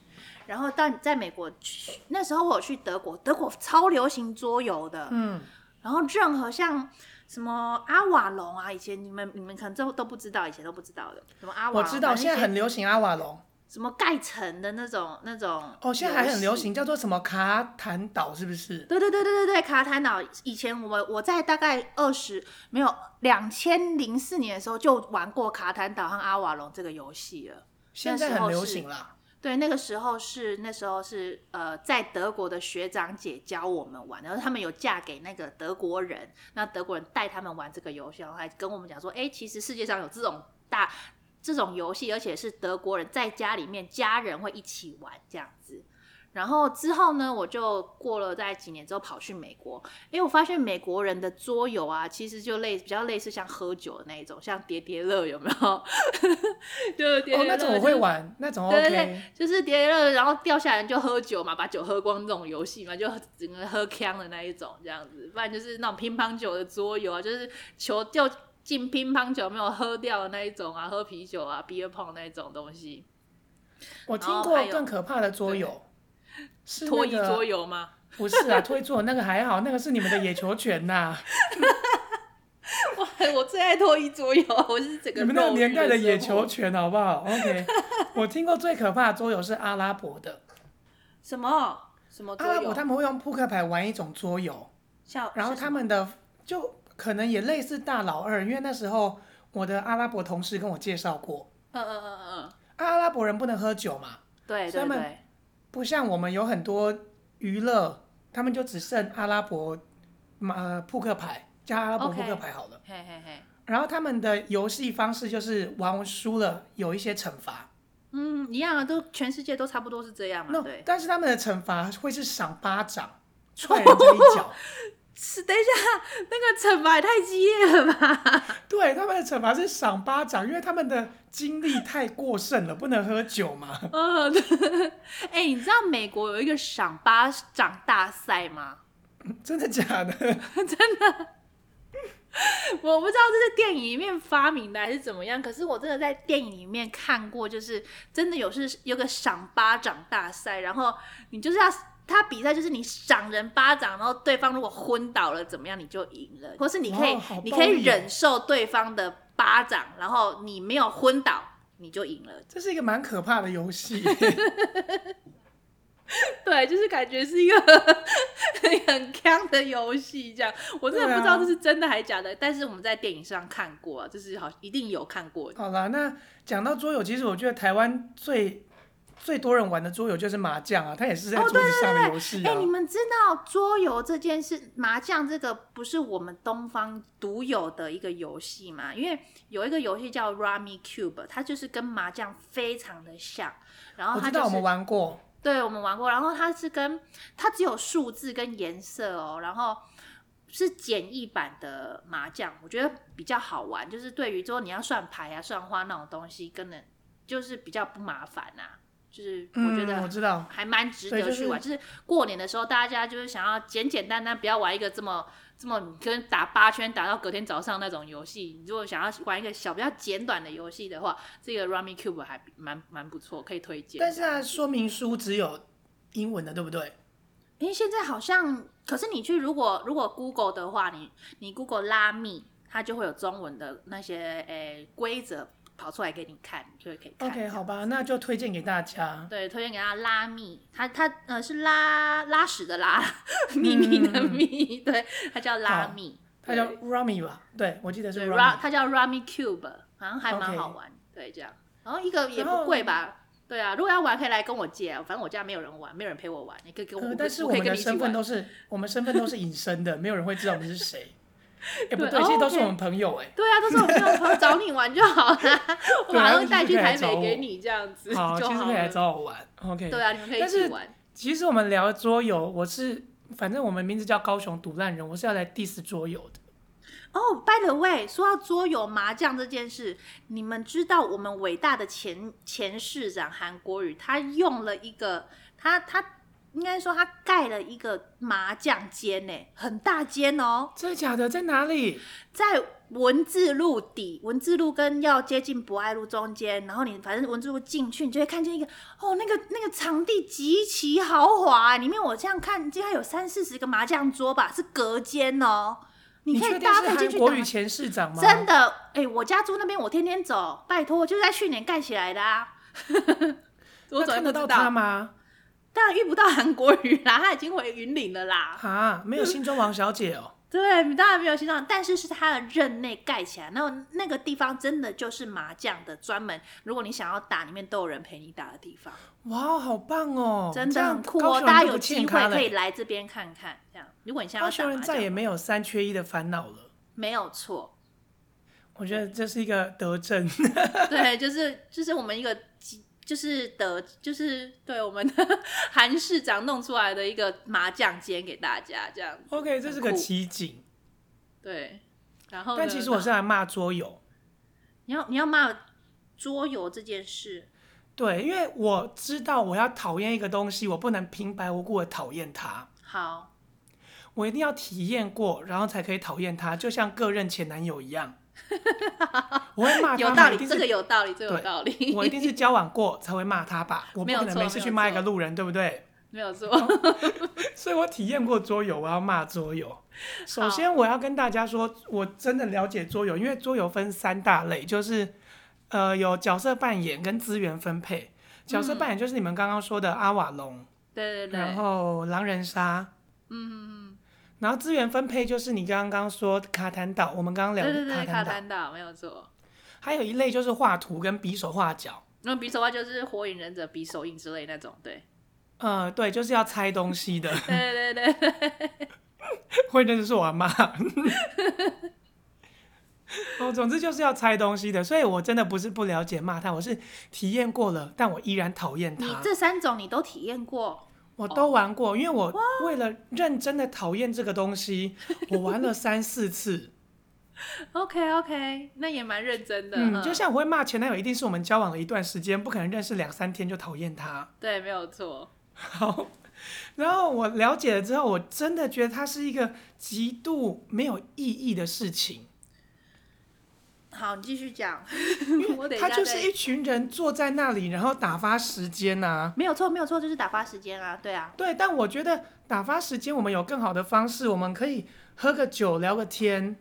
B: 然后到你在美国去，那时候我有去德国，德国超流行桌游的。
A: 嗯，
B: 然后任何像什么阿瓦隆啊，以前你们你们可能都都不知道，以前都不知道的，什么阿
A: 我
B: 瓦隆，
A: 知道
B: 反正
A: 现在
B: 一些
A: 很流行阿瓦隆，
B: 什么盖城的那种那种。
A: 哦，现在还很流。行，叫做什么卡坦岛，是不是？
B: 对对对对对对，卡坦岛以前我我在大概二十没有两千零四年的时候就玩过卡坦岛和阿瓦隆这个游戏了。
A: 现在很流行啦。
B: 对，那个时候是那时候是呃，在德国的学长姐教我们玩，然后他们有嫁给那个德国人，那德国人带他们玩这个游戏，然后还跟我们讲说，哎，其实世界上有这种大这种游戏，而且是德国人在家里面家人会一起玩这样子。然后之后呢，我就过了在几年之后跑去美国，因为我发现美国人的桌游啊，其实就类比较类似像喝酒的那一种，像叠叠乐有没有？ 就叠叠乐、
A: 哦，那种我会玩，那种
B: 对
A: OK，
B: 对对，就是叠叠乐，然后掉下来就喝酒嘛，把酒喝光这种游戏嘛，就整个喝呛的那一种这样子，不然就是那种乒乓球的桌游啊，就是球掉进乒乓球没有喝掉的那一种啊，喝啤酒啊，beer pong 那一种东西，
A: 我
B: 然
A: 听
B: 后
A: 过
B: 哦还有
A: 更可怕的桌游，是
B: 脱
A: 那
B: 衣桌
A: 个
B: 游吗？
A: 不是啊，脱衣桌游那个还好，那个是你们的野球拳呐、
B: 哇，我最爱脱衣桌游，我是整个
A: 你们那个
B: 肉欲
A: 年代的野
B: 时候
A: 球拳好不好？OK，我 听过最可怕的桌游是阿拉伯的，
B: 什么什哦么桌
A: 阿拉伯
B: 游，
A: 啊他们会用扑克牌玩一种桌游，
B: 像
A: 然后
B: 哦是
A: 他们的就可能也类似大老二，因为那时候我的阿拉伯同事跟我介绍过，
B: 嗯嗯嗯嗯嗯，
A: 啊阿拉伯人不能喝酒嘛，
B: 对
A: 所以他
B: 对
A: 们
B: 对，
A: 不像我们有很多娱乐，他们就只剩阿拉伯嘛呃扑克牌加阿拉伯
B: OK
A: 扑克牌好了。
B: 嘿嘿嘿，
A: 然后他们的游戏方式就是玩输了有一些惩罚，
B: 嗯，一样啊，都全世界都差不多是这样嘛，
A: 那
B: 对。
A: 但是他们的惩罚会是赏巴 掌，踹人家一脚。
B: 是，等一下，那个惩罚也太激烈了吧？
A: 对，他们的惩罚是赏巴掌，因为他们的精力太过剩了，不能喝酒嘛。
B: 嗯，对 哎、你知道美国有一个赏巴掌大 赛吗？
A: 真的假的？
B: 我不知道这是电影里面发明的还是怎么样，可是我真的在电影里面看过，就是真的有是有个赏巴掌大赛，然后你就是要他比赛，就是你赏人巴掌，然后对方如果昏倒了怎么样，你就赢了，或是你可以、
A: 哇好
B: 你
A: 暴
B: 可以
A: 力哦
B: 忍受对方的巴掌，然后你没有昏倒，你就赢了。
A: 这是一个蛮可怕的游戏。
B: 对，就是感觉是一个 很坑的游戏这样。我真的
A: 对
B: 不知道
A: 啊
B: 这是真的还假的，但是我们在电影上看过、啊，就是好一定有看过。
A: 好啦，那讲到桌游，其实我觉得台湾最最多人玩的桌游就是麻将啊，它也是在桌子上的游戏
B: 哎、
A: 啊。
B: 你们知道桌游这件事，麻将这个不是我们东方独有的一个游戏吗？因为有一个游戏叫 Rummy Cube，它就是跟麻将非常的像，然后
A: 我
B: 哦它
A: 知
B: 就
A: 道我
B: 是
A: 们玩过，
B: 对，我们玩过，然后它是跟它只有数字跟颜色哦，然后是简易版的麻将，我觉得比较好玩，就是对于之后你要算牌啊、算花那种东西，跟人就是比较不麻烦啊，就是我觉
A: 嗯、我
B: 得
A: 知道。
B: 还蛮值
A: 对
B: 得
A: 就
B: 去玩。就是、过年的时候，大家就是想要简简单单，不要玩一个这么。这么跟打八圈打到隔天早上那种游戏，你如果想要玩一个小比较简短的游戏的话，这个 Rummy Cube 还蛮蛮不错，可以推荐。
A: 但是它说明书只有英文的，对不对？
B: 因为现在好像，可是你去如果如果 Google 的话，你你 Google 拉密，它就会有中文的那些诶规则跑出来给你看，你就可以看。
A: OK，好吧，那就推荐给大家。
B: 对，推荐给他拉密，他他呃是拉拉屎的拉，
A: 嗯
B: 秘密的密，对，他叫拉密，
A: 它叫
B: 对
A: Rummy 吧？对，我记得是
B: 对 Ra，
A: Rummy。
B: 他叫 Rami Cube，好像还蛮
A: OK
B: 好玩对，这样，然后一个也
A: 然后
B: 不贵吧。对啊，如果要玩可以来跟我借、啊，反正我家没有人玩，没有人陪我玩，你可以跟我，
A: 呃
B: 我
A: 但是
B: 我
A: 我们
B: 可以跟
A: 的
B: 你一起
A: 身份
B: 玩。
A: 都是我们身份都是隐身的，没有人会知道我们是 谁。哎，不
B: 对
A: 对，
B: 哦
A: 其实都是
B: OK
A: 我们朋友哎。
B: 对啊，都是我朋友朋友找你玩就 好
A: 啊
B: 啦， 我马上带去台北给你这样 子就
A: 好，其实可以来
B: 了。
A: 找我玩。OK。
B: 对啊，你们可以一起玩。
A: 其实我们聊桌游，我是反正我们名字叫高雄独烂人，我是要来 diss 桌游的。
B: 哦、b y the way，说到桌游麻将这件事，你们知道我们伟大的前前市长韩国瑜，他用了一个，他他应该说他盖了一个麻将间呢，很大间哦，
A: 真的假的？在哪里？
B: 在文字路底，文字路跟要接近博爱路中间，然后你反正文字路进去，你就会看见一个哦，那个那个场地极其豪华、里面我这样看，应该有三四十个麻将桌吧，是隔间哦，你可
A: 确
B: 以
A: 定
B: 大家
A: 是
B: 可以
A: 韩
B: 进去
A: 国语
B: 打。
A: 前市长吗？
B: 真的，哎、我家住那边，我天天走，拜托，就是在去年盖起来的啊。我
A: 那
B: 怎么
A: 看得
B: 不知
A: 到他
B: 道？
A: 吗？
B: 当然遇不到韩国瑜啦，他已经回云岭了啦。
A: 啊，没有新中王小姐哦。
B: 对，当然没有心脏，但是是他的任内盖起来，那那个地方真的就是麻将的专门，如果你想要打，里面都有人陪你打的地方，
A: 哇，好棒哦！
B: 真
A: 这
B: 的
A: 样
B: 很酷
A: 高
B: 哦。
A: 雄人
B: 大家
A: 就
B: 有
A: 不
B: 机
A: 欠
B: 会
A: 咖了
B: 可以来啊这边看看，这样。如果你想要
A: 高
B: 打
A: 雄人
B: 麻
A: 再也
B: 将，
A: 没有三缺一的烦恼了。
B: 没有错，
A: 我觉得这是一个德政。
B: 对，就是就是我们一个集就是的，就是对我们的 韩市长弄出来的一个麻将间给大家这样。
A: OK，这是个
B: 很酷
A: 奇景，
B: 对，然后呢
A: 但其实我是来骂桌游。
B: 你要你要骂桌游这件事，
A: 对，因为我知道我要讨厌一个东西，我不能平白无故的讨厌它，
B: 好，
A: 我一定要体验过，然后才可以讨厌它，就像各任前男友一 样。我会骂他
B: 有
A: 吗
B: 道
A: 一
B: 理，
A: 定
B: 这
A: 是
B: 个有道理，这个有道理，
A: 我一定是交往过才会骂他 吧，我不
B: 没有
A: 可能
B: 错
A: 没事
B: 没有
A: 去骂一个
B: 错
A: 路人，对不对？
B: 没有错。
A: 所以我体验过桌游，我要骂桌游。首先，我要跟大家说，我真的了解桌游，因为桌游分三大类，就是呃有角色扮演跟资源分配。角色扮演就是你们刚刚说的阿瓦隆，
B: 对对对，
A: 然后狼人杀，嗯。然后资源分配就是你刚刚说卡坦岛，我们刚刚聊
B: 对
A: 的
B: 对对，
A: 坦
B: 卡
A: 岛，
B: 坦岛没有错。
A: 还有一类就是画图跟比手画脚，
B: 那匕首话就是火影忍者匕首印之类那种，对，
A: 呃，对，就是要猜东西的。
B: 对对对对，
A: 会认识是我阿妈。 哦，总之就是要拆东西的，所以我真的不是不了解骂他，我是体验过了，但我依然讨厌
B: 你
A: 他。
B: 这三种你都体验 过，
A: 我都玩过，因为我为了认真的讨厌这个东西，我玩了三四次。
B: OK OK，那也蛮认真的，
A: 嗯，
B: 嗯
A: 就像我会骂前男友，一定是我们交往了一段时间，不可能认识两三天就讨厌 他。
B: 嗯对，没有错，
A: 好，然后我了解了之后，我真的觉得它是一个极度没有意义的事情。
B: 好，你继续 讲，我等一
A: 他
B: 下
A: 就是
B: 再
A: 一群人坐在那里，然后打发时间呐、
B: 没有错，没有错，就是打发时间啊，对啊，
A: 对，但我觉得打发时间，我们有更好的方式，我们可以喝个酒，聊个天，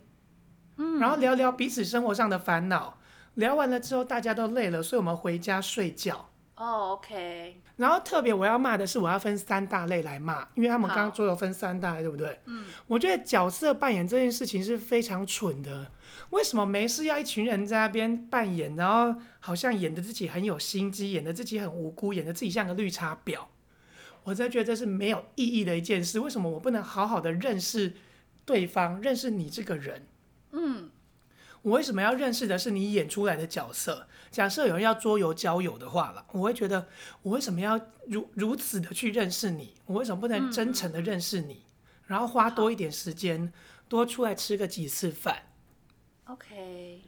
A: 嗯，然后聊聊彼此生活上的烦恼。聊完了之后，大家都累了，所以我们回家睡觉。
B: 哦、o k
A: 然后特别我要骂的是，我要分三大类来骂，因为他们刚刚
B: 好
A: 桌游分三大类，对不对？嗯，我觉得角色扮演这件事情是非常蠢的。为什么没事要一群人在那边扮演，然后好像演的自己很有心机，演的自己很无辜，演的自己像个绿茶婊？我真的觉得这是没有意义的一件事。为什么我不能好好的认识对方，认识你这个人？
B: 嗯，
A: 我为什么要认识的是你演出来的角色？假设有人要桌游交友的话了，我会觉得我为什么要如如此的去认识你？我为什么不
B: 嗯
A: 能真诚的认识你？然后花多一点时间，多出来吃个几次饭。
B: OK，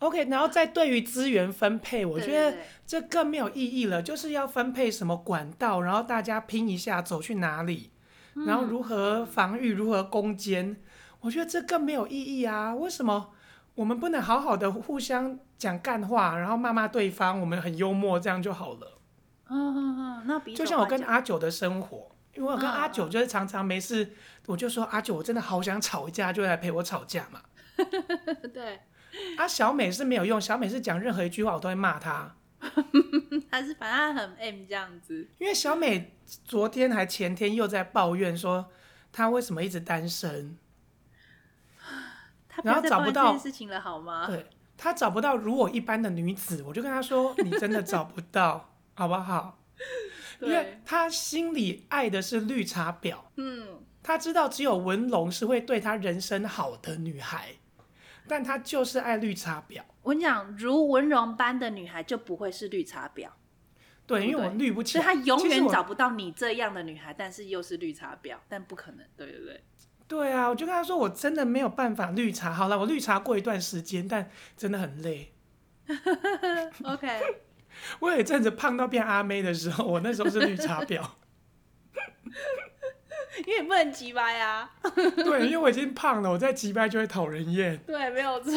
A: OK，然后再对于资源分配，我
B: 对
A: 觉
B: 对
A: 得
B: 对
A: 这更没有意义了，就是要分配什么管道，然后大家拼一下走去哪里，
B: 嗯
A: 然后如何防御，如何攻坚，我觉得这更没有意义啊！为什么我们不能好好的互相讲干话，然后骂骂对方，我们很幽默，这样就好了？
B: 嗯嗯嗯，那比
A: 就像我跟阿九的生活。因为我跟
B: 嗯
A: 阿
B: 嗯
A: 九就是常常没事，我就说阿九，我真的好想吵架，就来陪我吵架嘛。
B: 对，
A: 啊，小美是没有用，小美是讲任何一句话我都会骂她。
B: 他是反正他很 M 这样子，
A: 因为小美昨天还前天又在抱怨说，她为什么一直单身？
B: 他不
A: 然后
B: 要再
A: 找
B: 抱
A: 不
B: 怨这
A: 到
B: 件事情了好吗？
A: 对她找不到如我一般的女子，我就跟她说，你真的找不到， 好不好？因为
B: 对，
A: 她心里爱的是绿茶婊，
B: 嗯，
A: 她知道只有文龙是会对她人生好的女孩，但她就是爱绿茶婊。
B: 我跟你讲，如文荣般的女孩就不会是绿茶婊。
A: 对，
B: 对
A: 因为我绿不起
B: 所以
A: 来，
B: 他永
A: 其实
B: 远
A: 我
B: 找不到你这样的女孩，但是又是绿茶婊，但不可能，对对对，
A: 对啊，我就跟她说，我真的没有办法绿茶。好了，我绿茶过一段时间，但真的很累。
B: OK，
A: 我有一阵子胖到变阿妹的时候，我那时候是绿茶 婊。
B: 因为你不能急掰啊，
A: 对，因为我已经胖了，我再急掰就会讨人厌，
B: 对，没 有错，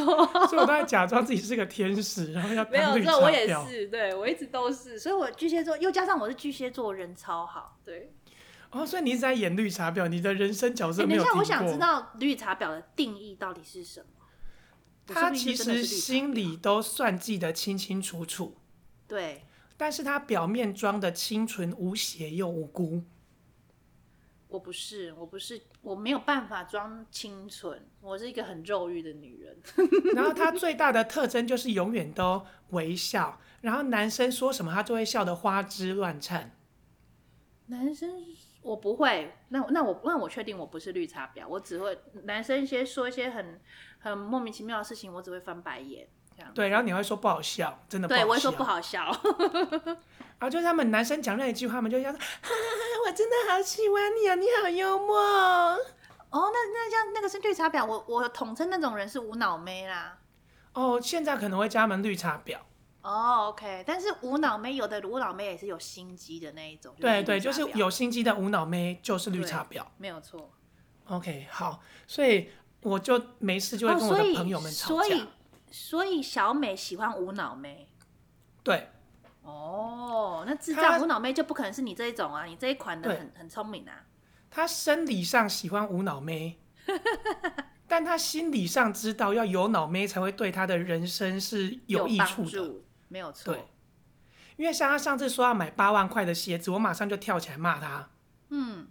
A: 所以我都在假装自己是个天使，然后要
B: 没
A: 当
B: 有
A: 绿茶
B: 错，我也
A: 婊。
B: 是，对我一直都是，所以我巨蟹座，又加上我是巨蟹座，人超好，对。
A: 哦，所以你一直在演绿茶婊，你的人生角
B: 哎、
A: 色
B: 等
A: 没
B: 一
A: 有
B: 下，
A: 停
B: 我想知
A: 过。
B: 道绿茶婊的定义到底是什么？我说
A: 他
B: 不定
A: 其
B: 就真的
A: 实
B: 是绿茶
A: 心里都算计得清清楚楚，
B: 对，
A: 但是他表面装的清纯无邪又无辜。
B: 我不是，我不是，我没有办法装清纯，我是一个很肉欲的女人。
A: 然后他最大的特征就是永远都微笑，然后男生说什么他就会笑得花枝乱颤。
B: 男生我不会，那那我那我确定我不是绿茶婊，我只会男生一些说一些很很莫名其妙的事情，我只会翻白眼。这样。
A: 对，然后你还会说不好笑，真的不好
B: 对，
A: 笑。
B: 我会啊说不好笑，
A: 然后就是他们男生讲任一句话，他们就要说：“ 哈哈，我真的好喜欢你啊，你好幽默哦。
B: 哦，那那这样那个是绿茶婊，我我统称那种人是无脑妹啦。”
A: 哦，现在可能会加他们绿茶婊。
B: 哦，OK，但是无脑妹有的无脑妹也是有心机的那一种，
A: 对对，就是
B: 绿茶婊
A: 有心机的无脑妹就是绿茶婊。
B: 没有错。
A: OK，好，所以我就没事就会
B: 哦
A: 跟我
B: 所以
A: 的朋友们吵
B: 所
A: 架。
B: 以所以小美喜欢无脑妹。
A: 对
B: 哦，那智
A: 她
B: 障无脑妹就不可能是你这一种啊，你这一款的
A: 对
B: 很很聪明啊。
A: 她生理上喜欢无脑 妹，但她心理上知道要有脑妹才会对她的人生是有益
B: 帮
A: 处的。
B: 助，没有错
A: 对。，因为像她上次说要买八万块的鞋子，我马上就跳起来骂她。
B: 嗯，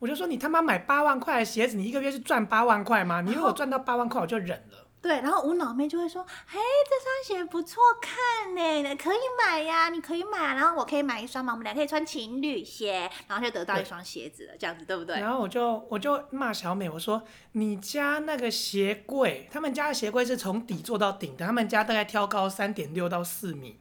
A: 我就说你他妈买八万块的鞋子，你一个月是赚八万块吗？你如果赚到八万块，我就忍了。
B: 对。然后无脑妹就会说：“嘿，这双鞋不错看呢，可以买呀，你可以买，然后我可以买一双嘛，我们俩可以穿情侣鞋，然后就得到一
A: 对
B: 双鞋子了，这样子对不对
A: 然后我就我就骂小美，我说你家那个鞋柜，他们家的鞋柜是从底做到顶的，他们家大概挑高三点六到四米。？”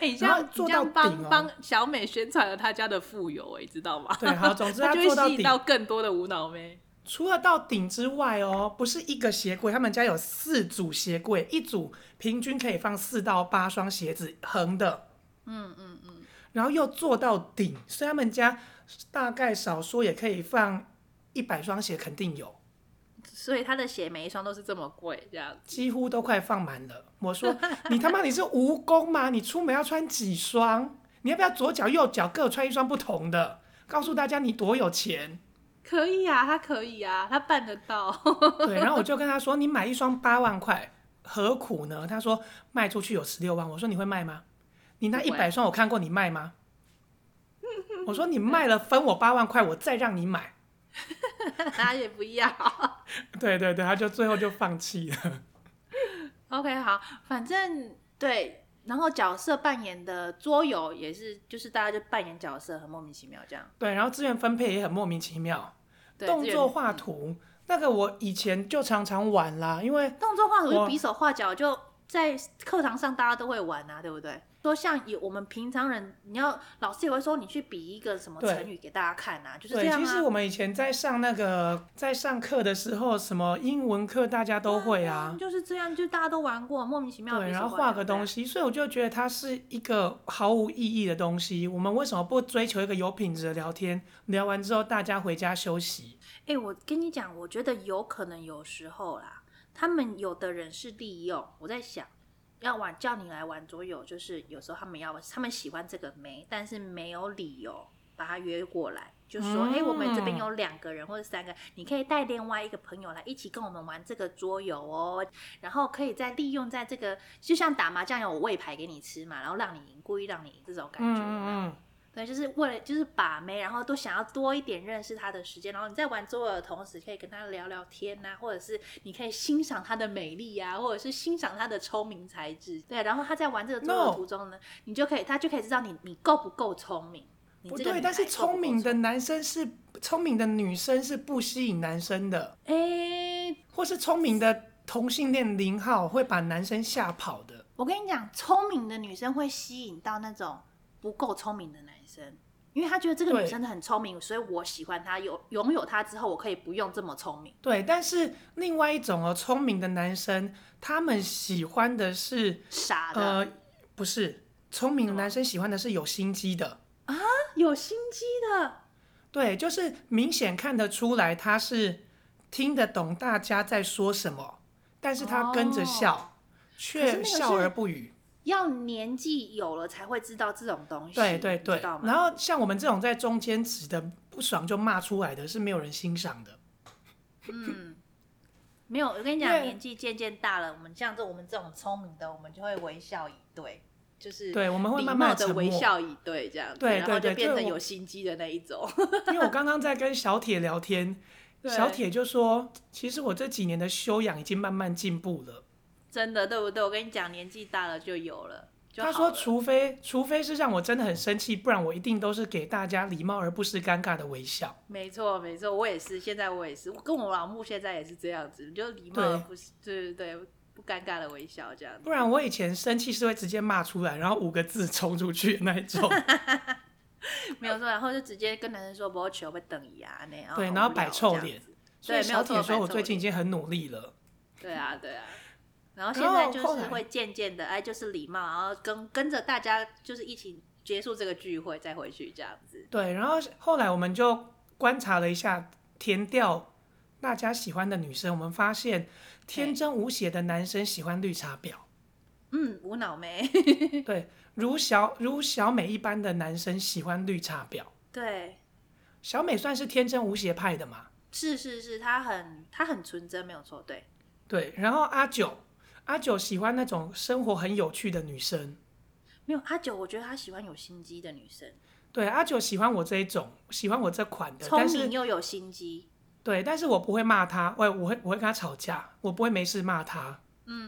B: 哎，你这
A: 然后
B: 样你
A: 做
B: 这
A: 到
B: 样帮
A: 顶哦
B: 帮小美宣传了她家的富有，哎，知道吗？
A: 对，好， 总之
B: 她
A: 他
B: 就会
A: 做到
B: 吸引
A: 顶。
B: 到更多的无脑妹。
A: 除了到顶之外哦，不是一个鞋柜，他们家有四组鞋柜，一组平均可以放四到八双鞋子，横的。
B: 嗯嗯嗯，
A: 然后又做到顶，所以他们家大概少说也可以放一百双鞋，肯定有，
B: 所以她的鞋每一双都是这么贵，这样。
A: 几乎都快放满了。我说 你他妈你是蜈蚣吗？你出门要穿几双？你要不要左脚右脚各穿一双不同的？告诉大家你多有钱。
B: 可以啊，她可以啊，她办得到。
A: 对，然后我就跟他说，你买一双八万块，何苦呢？他说卖出去有十六万，我说你会卖吗？你那
B: 不
A: 一
B: 会
A: 百双我看过，你卖吗？我说你卖了分我八万块，我再让你买。
B: 他也不要。
A: 对对对，他就最后就放弃了。
B: OK，好，反正对，然后角色扮演的桌游也是，就是大家就扮演角色，很莫名其妙这样。
A: 对，然后资源分配也很莫名其妙，
B: 对，
A: 动
B: 这个
A: 作画图那个我以前就常常玩啦，因为
B: 动作画图就
A: 我
B: 比手画脚，就在课堂上大家都会玩啊，对不对？说像有我们平常人，你要老师也会说你去比一个什么
A: 对
B: 成语给大家看啊，就是这
A: 对，
B: 样
A: 其实我
B: 啊。
A: 们以前在上那个在上课的时候，什么英文课大家都会啊，
B: 就是这样，就大家都玩过，莫名其妙。
A: 对，然后画个东
B: 西，
A: 西，所以我就觉得它是一个毫无意义的东西。我们为什么不追求一个有品质的聊天？聊完之后大家回家休息。
B: 哎、我跟你讲，我觉得有可能有时候啦，他们有的人是利用。我在想，要玩叫你来玩桌游，就是有时候他们要他们喜欢这个妹，但是没有理由把他约过来，就说：“哎、我们这边有两个人或者三个，你可以带另外一个朋友来一起跟我们玩这个桌游哦。”然后可以再利用在这个，就像打麻将有喂牌给你吃嘛，然后让你赢，故意让你赢这种感
A: 嗯
B: 觉。
A: 嗯嗯，
B: 对，就是为了就是把妹，然后都想要多一点认识他的时间，然后你在玩桌游的同时，可以跟他聊聊天呐、或者是你可以欣赏他的美丽呀、或者是欣赏他的聪明才智。对，然后他在玩这个桌游的
A: No
B: 途中呢你就可以他就可以知道你你够不够聪明。你
A: 不
B: 这个
A: 对，
B: 女
A: 但是
B: 孩够不够
A: 聪明的男生是聪明的女生是不吸引男生的。
B: 聪明，哎，
A: 或是聪明的同性恋零号会把男生吓跑的。
B: 我跟你讲，聪明的女生会吸引到那种不够聪明的男生，因为他觉得这个女
A: 对
B: 生很聪明，所以我喜欢她，有拥有她之后，我可以不用这么聪明。
A: 对，但是另外一种哦，聪明的男生，他们喜欢的是
B: 傻的、
A: 呃，不是聪明的
B: 什么
A: 男生喜欢的是有心机的。
B: 有心机的，
A: 对，就是明显看得出来他是听得懂大家在说什么，但是他跟着笑，
B: 哦可是那
A: 却
B: 个是
A: 笑而不语。
B: 要年纪有了才会知道这种东西，
A: 对对
B: 你
A: 对
B: 知道，吗？
A: 然后像我们这种在中间值的不爽就骂出来的是没有人欣赏的。
B: 嗯没有，我跟你讲，
A: 因为
B: 年纪渐渐大了，我们像这我们这种聪明的，我们就会微笑以对，就是
A: 对，我们会
B: 礼
A: 慢
B: 貌
A: 慢
B: 的
A: 沉
B: 微
A: 默。
B: 笑以对这样子，
A: 对
B: 然后
A: 对
B: 就
A: 对
B: 变
A: 这
B: 成
A: 我
B: 有心机的那一 种。
A: 因为我刚刚在跟小铁聊天，
B: 对
A: 小铁就说，其实我这几年的修养已经慢慢进步了。
B: 真的对不对？我跟你讲，年纪大了就有了。就好
A: 他
B: 了
A: 说，除非除非是让我真的很生气，不然我一定都是给大家礼貌而不失尴尬的微笑。
B: 没错没错，我也是，现在我也是，我跟我老木现在也是这样子，就礼貌
A: 对
B: 而不是，对对对，不尴尬的微笑这样子。
A: 不然我以前生气是会直接骂出来，然后五个字冲出去那 一种。
B: 哦没有错，然后就直接跟男生说不要求被等一啊那样。
A: 对，
B: 好
A: 然后
B: 无聊
A: 摆臭
B: 这样
A: 脸
B: 子。
A: 所以
B: 对没有
A: 小
B: 错
A: 铁说
B: 摆
A: 我
B: 臭
A: 最近
B: 脸
A: 已经很努力了。
B: 对啊，对啊。然后现
A: 然后
B: 在就
A: 后
B: 是
A: 来
B: 会渐渐的，哎，就是礼貌，然后跟跟着大家就是一起结束这个聚会，再回去这样子。
A: 对，然后后来我们就观察了一下填掉大家喜欢的女生，我们发现天真无邪的男生喜欢绿茶婊，
B: 嗯，无脑妹，
A: 对，如小如小美一般的男生喜欢绿茶婊。
B: 对，
A: 小美算是天真无邪派的嘛，
B: 是是是，她很她很纯真，没有错，对，
A: 对。然后阿九，阿九喜欢那种生活很有趣的女生，
B: 没有阿九，我觉得她喜欢有心机的女生，
A: 对，阿九喜欢我这一种，喜欢我这款的，
B: 聪
A: 但是
B: 明又有心机，
A: 对，但是我不会骂他，我我会我会跟他吵架，我不会没事骂他。
B: 嗯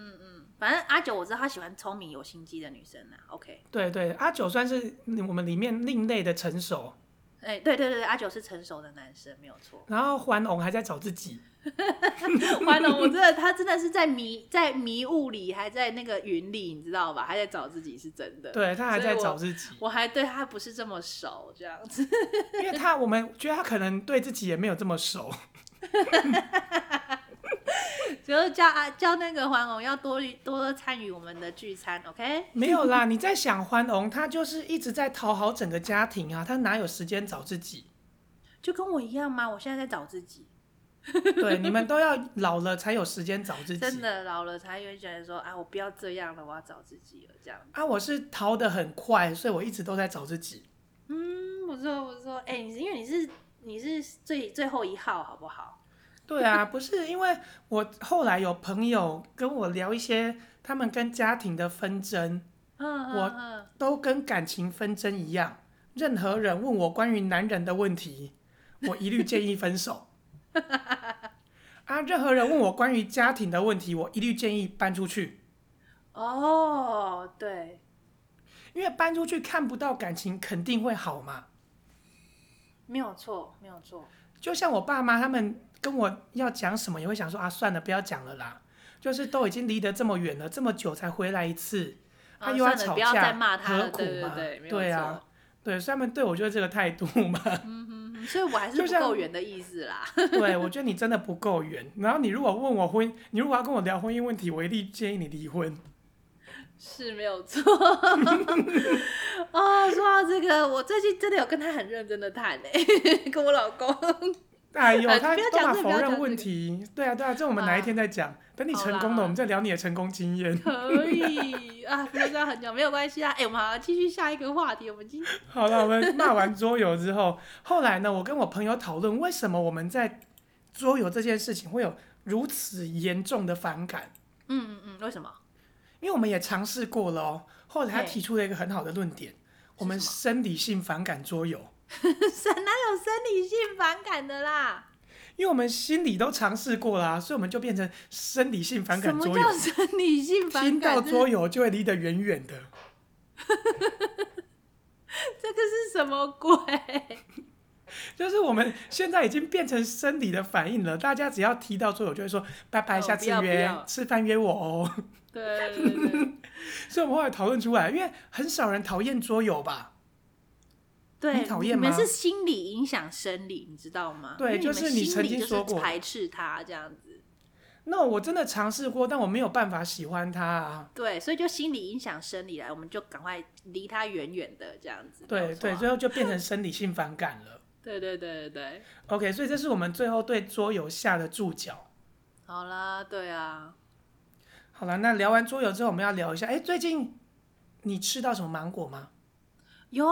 B: 反正阿九我知道她喜欢聪明有心机的女生啊。OK，
A: 对对，阿九算是我们里面另类的成熟，
B: 哎、对对对，阿九是成熟的男生，没有错。
A: 然后环龙还在找自己，
B: 完了，哦我真 的，他真的是在迷在迷雾里，还在那个云里，你知道吧？还在找自己，是真的。
A: 对他还在找
B: 己，
A: 自己，
B: 我还对他不是这么熟，这样子。
A: 因为他我们觉得他可能对自己也没有这么熟，
B: 就是叫啊叫那个黄龙要多多多参与我们的聚餐，OK？
A: 没有啦。你在想环龙，他就是一直在讨好整个家庭啊，他哪有时间找自己？
B: 就跟我一样吗？我现在在找自己，
A: 对，你们都要老了才有时间找自己。
B: 真的老了才会觉得说，啊，我不要这样了，我要找自己了，这样。
A: 啊，我是逃得很快，所以我一直都在找自己。
B: 嗯，不错不错，哎、你是因为你是你是最最后一号，好不好？
A: 对啊，不是因为我后来有朋友跟我聊一些他们跟家庭的纷争，
B: 嗯，
A: 我
B: 嗯嗯
A: 都跟感情纷争一样，任何人问我关于男人的问题，我一律建议分手。啊，任何人问我关于家庭的问题，我一律建议搬出去，
B: 哦，对，
A: 因为搬出去看不到感情，肯定会好嘛。
B: 没有错，没有错。
A: 就像我爸妈他们跟我要讲什么，也会想说啊，算了，不要讲了啦。就是都已经离得这么远了，这么久才回来一次，他
B: 啊
A: 又要
B: 算了
A: 吵
B: 不要
A: 架
B: 再骂他
A: 何
B: 了，
A: 苦
B: 对对
A: 嘛？
B: 对，没有
A: 对啊，对，所以他们对我就是这个态度嘛。
B: 错，嗯所以我还是
A: 就
B: 不
A: 像
B: 够远的意思啦。
A: 对，我觉得你真的不够远。然后你如果问我婚，你如果要跟我聊婚姻问题，我一定建议你离婚。
B: 是没有 错。哦，说到这个，我最近真的有跟他很认真的谈诶， 跟我老公。
A: 哎呦，
B: 哎
A: 他
B: 不要
A: 都
B: 讲
A: 把
B: 这
A: 否
B: 个不要讲
A: 认
B: 这
A: 问
B: 个
A: 题。对啊，对啊，这我们哪一天再讲。等你
B: 好
A: 成
B: 啦
A: 功
B: 好
A: 了，
B: 啦
A: 我们再聊你的成功经验。
B: 可以啊，不要这样很久，没有关系啊。哎、我们好好继续下一个话题。我们今天
A: 好了，我们骂完桌游之后，后来呢，我跟我朋友讨论为什么我们在桌游这件事情会有如此严重的反感，
B: 嗯嗯嗯，为什么？
A: 因为我们也尝试过了哦。后来他
B: 嘿
A: 提出了一个很好的论点，我们
B: 什么
A: 生理性反感桌游，
B: 神 哪有生理性反感的啦？
A: 因为我们心理都尝试过啦、所以我们就变成生理性反
B: 什
A: 感
B: 么
A: 桌
B: 叫
A: 游，
B: 生理 性反
A: 听到
B: 感？
A: 桌游就会离得远远的。
B: 这个是什么鬼？
A: 就是我们现在已经变成生理的反应了，大家只要提到桌游就会说拜拜，
B: 哦
A: 下次
B: 不要不
A: 约
B: 要
A: 吃饭约我哦。
B: 对对对对。
A: 所以我们后来讨论出来，因为很少人讨厌桌游吧？
B: 对，
A: 你讨厌
B: 们
A: 吗
B: 是心理影响生理，你知道吗？
A: 对
B: 因为
A: 就
B: 你
A: 是
B: 们
A: 你
B: 心
A: 曾
B: 理
A: 经
B: 就是
A: 说过
B: 排斥它这样子。
A: 那我真的尝试过，但我没有办法喜欢它啊。
B: 对，所以就心理影响生理来，我们就赶快离它远远的这样子。没
A: 对
B: 有错
A: 对，
B: 啊
A: 最后就变成生理性反感了。
B: 对对对对对，
A: OK，所以这是我们最后对桌游下的注脚。
B: 好啦，对啊，
A: 好了，那聊完桌游之后，我们要聊一下，哎，最近你吃到什么芒果吗？
B: 有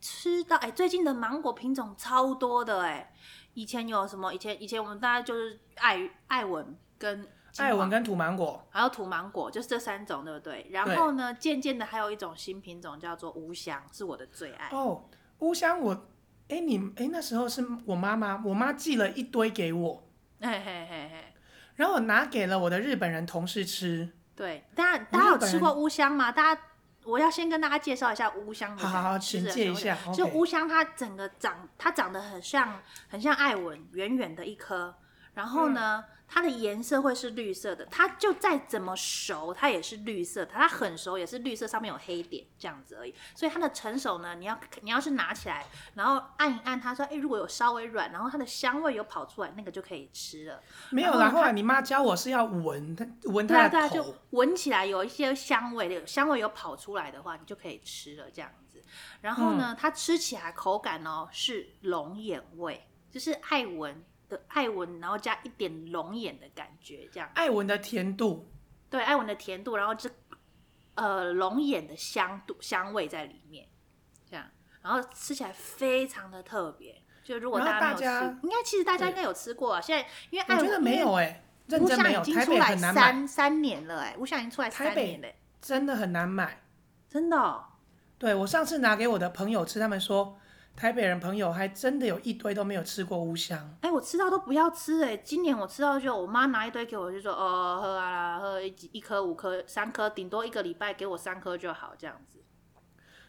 B: 吃到哎、最近的芒果品种超多的哎、以前有什么？以前以前我们大家就是爱爱文跟金
A: 艾
B: 黄
A: 文跟土芒果，
B: 还有土芒果，就是这三种，对不对？然后呢，渐渐的还有一种新品种叫做无香，是我的最爱。
A: 哦，乌香我，哎你哎那时候是我妈妈，我妈寄了一堆给我，
B: 嘿嘿嘿嘿，
A: 然后我拿给了我的日本人同事吃。
B: 对，大家
A: 我
B: 大家
A: 日
B: 有
A: 本
B: 吃
A: 人
B: 过乌香吗？大家，我要先跟大家介绍一下乌香
A: 好
B: 的感觉。
A: 好好，
B: 吃
A: 简
B: 的
A: 介一
B: 时
A: 下。
B: 候就
A: OK
B: 乌香，它
A: 嗯
B: 整个长，它长得很像，很像艾文，圆圆的一颗。然后呢，它的颜色会是绿色的，它就再怎么熟，它也是绿色的，它很熟也是绿色，上面有黑点这样子而已。所以它的成熟呢，你要你要是拿起来，然后按一按，它说，哎、如果有稍微软，然后它的香味有跑出来，那个就可以吃了。
A: 没有
B: 然
A: 啦。
B: 后
A: 后来你妈教我是要闻它，闻
B: 对啊，
A: 它
B: 对啊，
A: 的
B: 就
A: 头。
B: 闻起来有一些香味的，香味有跑出来的话，你就可以吃了这样子。然后
A: 嗯
B: 呢，它吃起来口感哦是龙眼味，就是爱闻的爱闻，然后加一点龙眼的感觉这样。
A: 爱闻的甜度，
B: 对，爱闻的甜度，然后这呃龙眼的香度香味在里面，这样，然后吃起来非常的特别。就如果
A: 然后
B: 大家没有
A: 大
B: 吃
A: 家，
B: 应该其实大家应该有吃过啊。现在因为
A: 我
B: 爱
A: 觉得没有哎、认
B: 乌
A: 真
B: 香
A: 没
B: 已
A: 有，
B: 经
A: 台
B: 出
A: 北
B: 来
A: 很难买，
B: 三三年了哎、欸，乌香已经出来
A: 台
B: 三
A: 北
B: 年了欸、
A: 真的很难买。
B: 真的、哦。
A: 对我上次拿给我的朋友吃，他们说台北人朋友还真的有一堆都没有吃过乌香。
B: 哎、我吃到都不要吃哎、今年我吃到就我妈拿一堆给我，就说哦喝啊啦，喝一几一颗五颗三颗，顶多一个礼拜给我三颗就好这样子。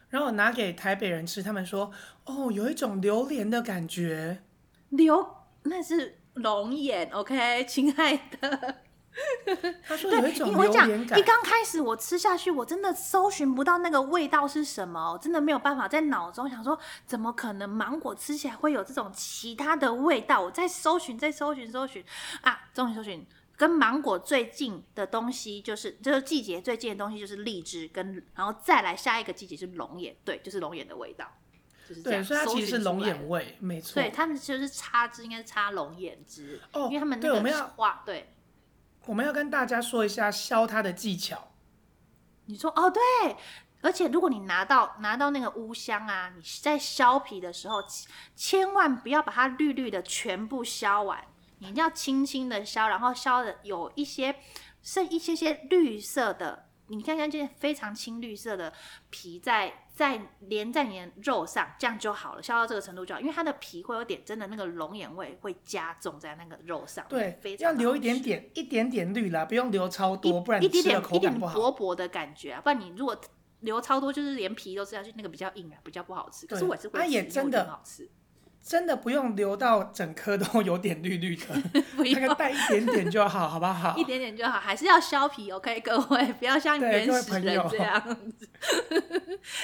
A: 然后我拿给台北人吃，他们说哦，有一种榴莲的感觉。
B: 流那是龙眼，OK，亲爱的。
A: 他说有
B: 对
A: 一，种
B: 因为
A: 榴
B: 这样
A: 莲感
B: 一。刚开始我吃下去，我真的搜寻不到那个味道是什么，我真的没有办法在脑中想说，怎么可能芒果吃起来会有这种其他的味道？我在搜寻，在搜寻，搜寻啊，终于搜寻。跟芒果最近的东西就是，就是季节最近的东西就是荔枝跟，然后再来下一个季节是龙眼，对，就是龙眼的味道，就是这
A: 对，
B: 样。
A: 所以它
B: 搜
A: 其实
B: 寻
A: 是龙
B: 出来的
A: 眼味，没错
B: 对。他们就是插枝，应该是插龙眼枝，
A: 哦
B: 因为他们那
A: 对我们
B: 个
A: 要
B: 花，对，
A: 我们要跟大家说一下削它的技巧。
B: 你说哦对，而且如果你拿到拿到那个乌香啊，你在削皮的时候，千千万不要把它绿绿的全部削完，你一定要轻轻的削，然后削的有一些剩一些些绿色的，你看看这些非常青绿色的皮在在连在你的肉上，这样就好了，削到这个程度就好，因为它的皮会有点真的那个龙眼味会加重在那个肉上面，
A: 对
B: 非，常
A: 要
B: 好
A: 留一点
B: 吃
A: 点，一点点绿啦，不用留超多，
B: 一
A: 不然
B: 一
A: 你
B: 点
A: 吃
B: 点
A: 了口感
B: 一
A: 不
B: 点
A: 好。
B: 薄薄的感觉啊，不然你如果留超多，就是连皮都吃下去，那个比较硬啊，比较不好吃。可
A: 对
B: 是我也是会吃，
A: 啊也
B: 因为我觉
A: 真的
B: 得很好吃，
A: 真的不用留到整颗都有点绿绿的，
B: 不
A: 大概
B: 用
A: 带一点点就好，好不好
B: 一？点点就好，还是要削皮，OK，各 位不要像
A: 对
B: 原
A: 各位
B: 始
A: 朋
B: 人
A: 友
B: 这样子，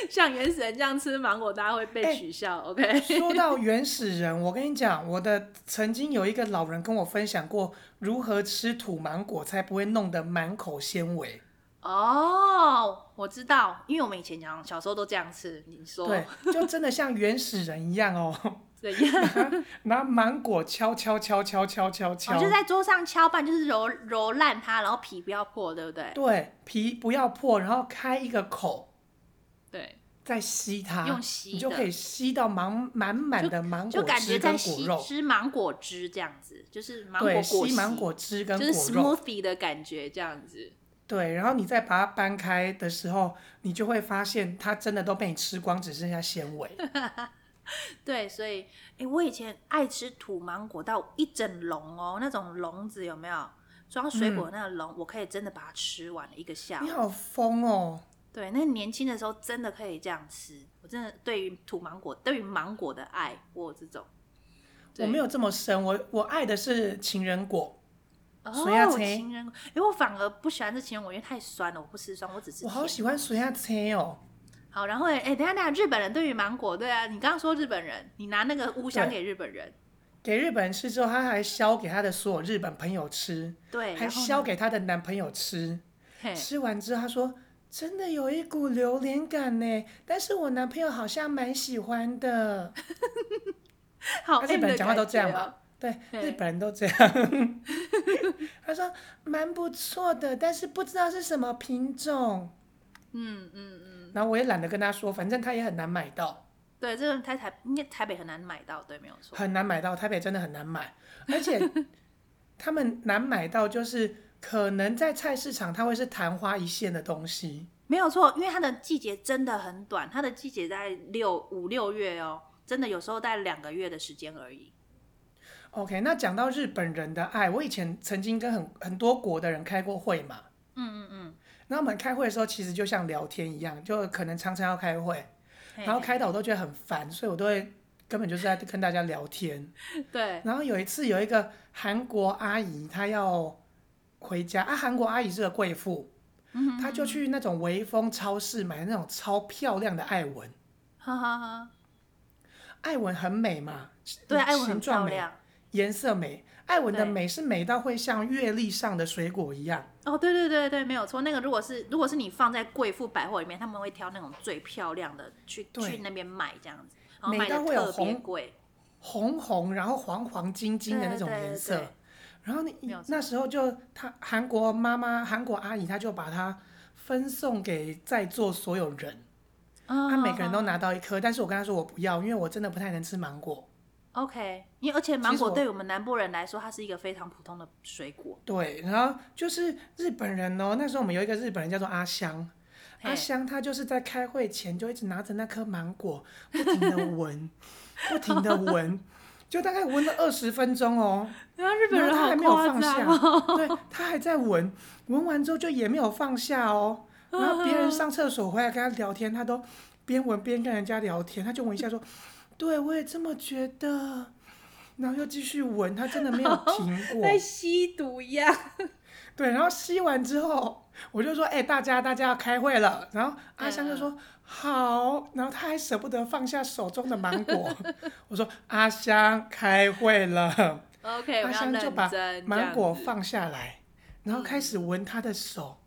B: 像原始人这样吃芒果，大家会被
A: 哎
B: 取笑，OK。
A: 说到原始人，我跟你讲，我的曾经有一个老人跟我分享过如何吃土芒果才不会弄得满口纤维。
B: 哦，我知道，因为我们以前讲小时候都这样吃，你说
A: 对，就真的像原始人一样哦，
B: 怎样？
A: 拿芒果敲敲敲敲敲敲敲，
B: 哦就在桌上敲拌，就是揉揉烂它，然后皮不要破，对不对？
A: 对，皮不要破，然后开一个口，
B: 对，
A: 再吸它，
B: 用吸
A: 啊你就
B: 的
A: 可以吸到满满满的芒
B: 就
A: 果
B: 感觉
A: 汁跟
B: 在
A: 果
B: 吸
A: 肉，
B: 吃芒果汁这样子，就是芒果
A: 对，
B: 果
A: 吸
B: 昔
A: 芒果汁跟果
B: 就是
A: 肉，
B: smoothie 的感觉这样子。
A: 对，然后你再把它搬开的时候，你就会发现它真的都被你吃光，只剩下纤维。
B: 对，所以哎、诶我以前爱吃土芒果到一整笼哦，那种笼子有没有装水果的那个笼，我可以真的把它吃完了一个下午
A: 嗯你。好疯哦！
B: 对，那年轻的时候真的可以这样吃，我真的对于土芒果，对于芒果的爱，我有这种。
A: 我没有这么深，我我爱的是情人果，水
B: 哦
A: 鸭，菜
B: 情人果，因为我反而不喜欢吃情人果，因为太酸了，我不吃酸，我只吃
A: 我
B: 甜。
A: 好喜欢水下切哦。
B: 好，然后哎、欸等一下等一下，日本人对于芒果，对啊，你刚刚说日本人，你拿那个乌香
A: 对
B: 给日本人，
A: 给日本人吃之后，他还削给他的所有日本朋友吃，
B: 对，
A: 还
B: 然后呢
A: 削给他的男朋友吃。
B: 嘿
A: 吃完之后，他说真的有一股榴莲感呢，但是我男朋友好像蛮喜欢的。
B: 好
A: 他日
B: M
A: 本
B: 的
A: 人讲话都这样
B: 感觉
A: 嘛
B: 哦？
A: 对，
B: 对
A: 日本人都这样。 他说蛮不错的，但是不知道是什么品种。
B: 嗯嗯嗯，
A: 然后我也懒得跟他说，反正他也很难买到，
B: 对，这种在台应该台北很难买到，对，没有错。
A: 很难买到，台北真的很难买，而且 他们难买到就是可能在菜市场它会是昙花一现的东西。
B: 没有错，因为它的季节真的很短，它的季节在六五六月哦，真的有时候在两个月的时间而已。
A: OK，那讲到日本人的爱，我以前曾经跟很很多国的人开过会嘛，
B: 嗯嗯嗯，
A: 那我们开会的时候其实就像聊天一样，就可能常常要开会，
B: 嘿
A: 然后开到我都觉得很烦，所以我都会根本就是在跟大家聊天。
B: 对，
A: 然后有一次有一个韩国阿姨，她要回家啊，韩国阿姨是个贵妇，
B: 嗯
A: 她就去那种微风超市买那种超漂亮的艾文，
B: 哈哈哈，
A: 艾文很美嘛，
B: 对，
A: 形
B: 艾文很
A: 嗯形状
B: 漂
A: 美，
B: 亮。
A: 颜色美，艾文的
B: 对
A: 美是美到会像月历上的水果一样。
B: 哦，对对对对，没有错。那个如果是如果是你放在贵妇百货里面，他们会挑那种最漂亮的去
A: 对
B: 去那边买这样子，然后
A: 每
B: 卖的
A: 到会有
B: 特别
A: 红
B: 贵。
A: 红红，然后黄黄金金的那种
B: 对对
A: 颜
B: 对
A: 色。
B: 对
A: 然后你
B: 没有错
A: 那时候就她韩国妈妈、韩国阿姨，她就把它分送给在座所有人，她、
B: 啊
A: 每个人都拿到一颗，但是我跟她说我不要，因为我真的不太能吃芒果。
B: OK，因为而且芒
A: 其实
B: 果
A: 我
B: 对我们南部人来说，它是一个非常普通的水果。
A: 对，然后就是日本人哦，那时候我们有一个日本人叫做阿香，阿
B: 嘿
A: 香她啊就是在开会前就一直拿着那颗芒果，不停的闻，不停的闻，就大概闻了二十分钟哦。
B: 然后日
A: 然后他还没有放下，
B: 哦，
A: 对他还在闻，闻完之后就也没有放下哦。然后
B: 嗯
A: 别人上厕所回来跟他聊天，他都边闻边跟人家聊天，他就闻一下说：“对我也这么觉得。”然后又继续闻，他真的 没有停过。
B: 在吸毒一样。
A: 对，然后吸完之后，我就说：“哎、大家大家要开会了。”然后阿香就
B: 嗯
A: 说：“好。”然后他还舍不得放下手中的芒 果。我说：“阿香，开会了。”
B: OK，我
A: 阿
B: 要认
A: 香就
B: 真
A: 把
B: 这样
A: 芒果
B: 子嗯
A: 放下来，然后开始闻他的 手，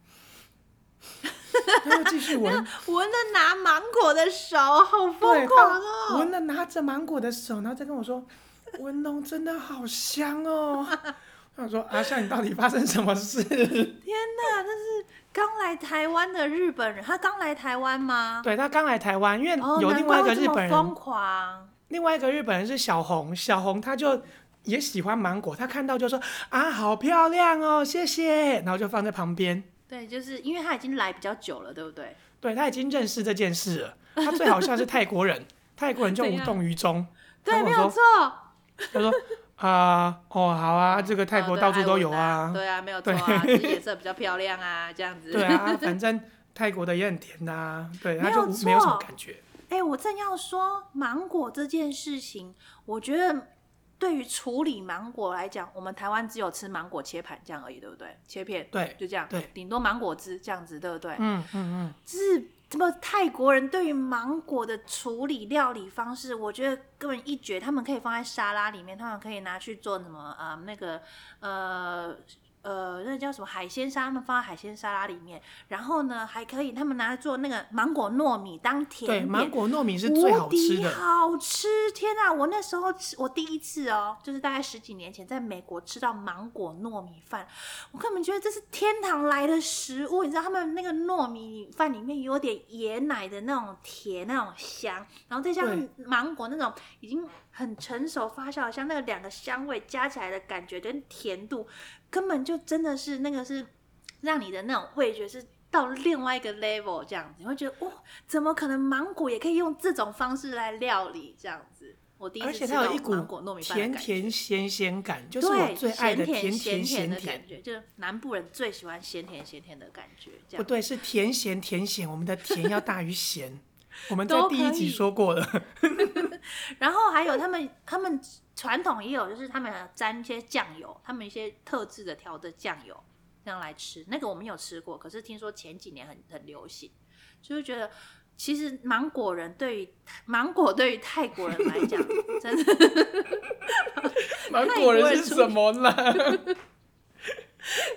A: 然后继续闻，
B: 闻着拿芒果的手，好疯
A: 对，
B: 狂
A: 他
B: 哦！
A: 闻了拿着芒果的手，然后再跟我说：“文龙真的好香哦。”我说：“阿香，你到底发生什么事
B: 天哪，这是刚来台湾的日本人，他刚来台湾？”吗？
A: 对他刚来台湾， 因为
B: 哦，
A: 有
B: 难
A: 另外一个
B: 怪会
A: 日
B: 这么
A: 本
B: 疯
A: 人，
B: 狂。
A: 另外一个日本人是小红，小红他就。也喜欢芒果，他看到就说啊，好漂亮哦，谢谢，然后就放在旁边。
B: 对，就是因为他已经来比较久了，对不对？
A: 对他已经认识这件事了。他最好笑是泰国人，泰国人就无动于衷。他
B: 对，
A: 跟
B: 没
A: 我
B: 有
A: 说，
B: 错。
A: 他说啊、哦，好啊，这个泰
B: 哦
A: 国
B: 对
A: 到处
B: 艾
A: 都
B: 文
A: 有啊。
B: 对啊，没有错啊，只是颜色比较漂亮啊，这样子。
A: 对啊，反正泰国的也很甜呐、对，他
B: 没
A: 就
B: 有
A: 无
B: 错
A: 没有什么感觉。
B: 哎、我正要说芒果这件事情，我觉得对于处理芒果来讲，我们台湾只有吃芒果切盘这样而已，对不对？切片，
A: 对
B: 就这样，
A: 对
B: 顶多芒果汁这样子，对不对？
A: 嗯嗯
B: 是怎么泰国人对于芒果的处理料理方式，我觉得根本一绝。他们可以放在沙拉里面，他们可以拿去做什么呃那个呃呃那叫什么海鲜沙，他们放在海鲜沙拉里面。然后呢，还可以他们拿来做那个芒果糯米当
A: 嗯，
B: 甜
A: 对，
B: 点。
A: 芒果糯米是最
B: 无
A: 好吃
B: 敌
A: 的。
B: 好吃！天啊，我那时候吃，我第一次哦，就是大概十几年前在美国吃到芒果糯米饭，我根本觉得这是天堂来的食物。你知道他们那个糯米饭里面有点椰奶的那种甜、那种香，然后再加上芒果那种已经很成熟发酵的香，那两个香味加起来的感觉跟甜度，根本就真的是那个是让你的那种味觉是到另外一个 level 这样子，你会觉得哇、哦，怎么可能芒果也可以用这种方式来料理这样子？我第一
A: 而
B: 次
A: 且
B: 吃
A: 它
B: 到
A: 有一
B: 芒果糯
A: 股
B: 米饭的
A: 甜
B: 感觉
A: 甜咸咸感，就是
B: 对，
A: 我最爱的
B: 甜
A: 甜
B: 咸
A: 咸
B: 的
A: 甜
B: 感。觉，就是南部人最喜欢咸甜咸甜的感觉，这
A: 不
B: 样。
A: 对，是甜咸甜咸，我们的甜要大于咸。我们在
B: 都
A: 第
B: 可
A: 一集
B: 以
A: 说过 了。
B: 然后还有他们他们传统也有，就是他们沾一些酱油，他们一些特制的调的酱油这样来吃，那个我没有吃过，可是听说前几年很很流行，就是觉得。其实芒果人对于芒果对于泰国人来讲，真的
A: 芒
B: 泰
A: 果
B: 国
A: 人
B: 人
A: 是
B: 出
A: 什么啦？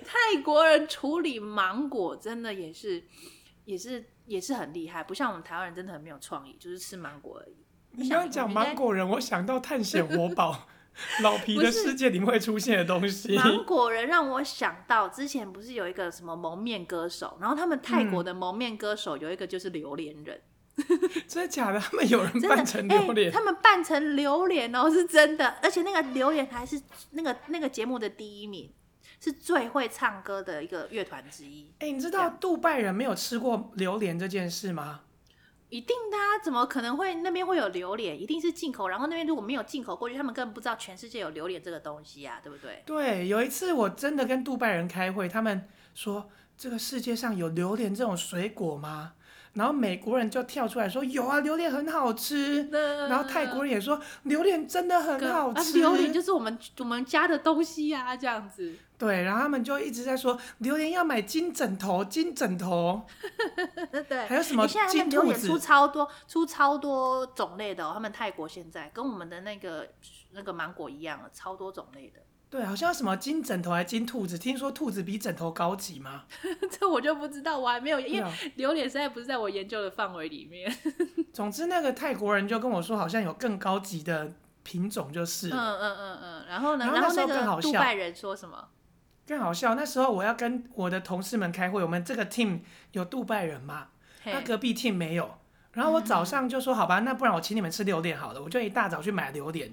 B: 泰国人处理芒果真的也是，也是也是很厉害，不像我们台湾人真的很没有创意，就是吃芒果而已。
A: 你刚刚讲芒果人，我想到探险活 宝，老皮
B: 不
A: 的
B: 是
A: 世界里面会出现的东西。
B: 芒果人让我想到之前不是有一个什么蒙面歌手，然后他们泰国的蒙面歌手有一个就是榴莲 人，
A: 真的假的？他们有人
B: 真的
A: 扮成榴
B: 哎
A: 莲？
B: 他们扮成榴莲哦，是真的，而且那个榴莲还是那个那个节目的第一名，是最会唱歌的一个乐团之一。
A: 哎、你知
B: 这
A: 道杜拜人没有吃过榴莲这件事吗？
B: 一定的啊，怎么可能会那边会有榴莲？一定是进口，然后那边如果没有进口过去，他们根本不知道全世界有 榴莲这个东西啊，对不对？
A: 对，有一次我真的跟杜拜人开会，他们说这个世界上有榴莲这种水果吗？然后美国人就跳出来说有啊，榴莲很好吃。
B: 然
A: 然后泰国人也说榴莲真的很好
B: 啊，
A: 吃，
B: 榴莲就是我们我们家的东西呀、这样 子。
A: 对，然后他们就一直在说榴莲要买金枕头，金枕头，
B: 对，
A: 还有什么
B: 欸现在他
A: 金
B: 们榴
A: 兔
B: 莲出
A: 子，
B: 超多，出超多种类的、哦。他们泰国现在跟我们的那个那个芒果一样了，超多种类的。
A: 对，好像什么金枕头还金兔子，听说兔子比枕头高级吗？
B: 这我就不知道，我还没有，
A: 对
B: 因为
A: 啊
B: 榴莲实在不是在我研究的范围里面。
A: 总之那个泰国人就跟我说，好像有更高级的品种就是
B: 嗯
A: 了。
B: 嗯嗯嗯。然后呢？
A: 然后
B: 然
A: 那
B: 后
A: 时候更
B: 个
A: 好
B: 杜
A: 笑
B: 拜人说什么？
A: 更好笑，那时候我要跟我的同事们开会，我们这个 team 有杜拜人嘛，
B: 嘿
A: 那隔壁 team 没有。然后我早上就说好吧，那不然我请你们吃榴莲好了，我就一大早去买榴莲。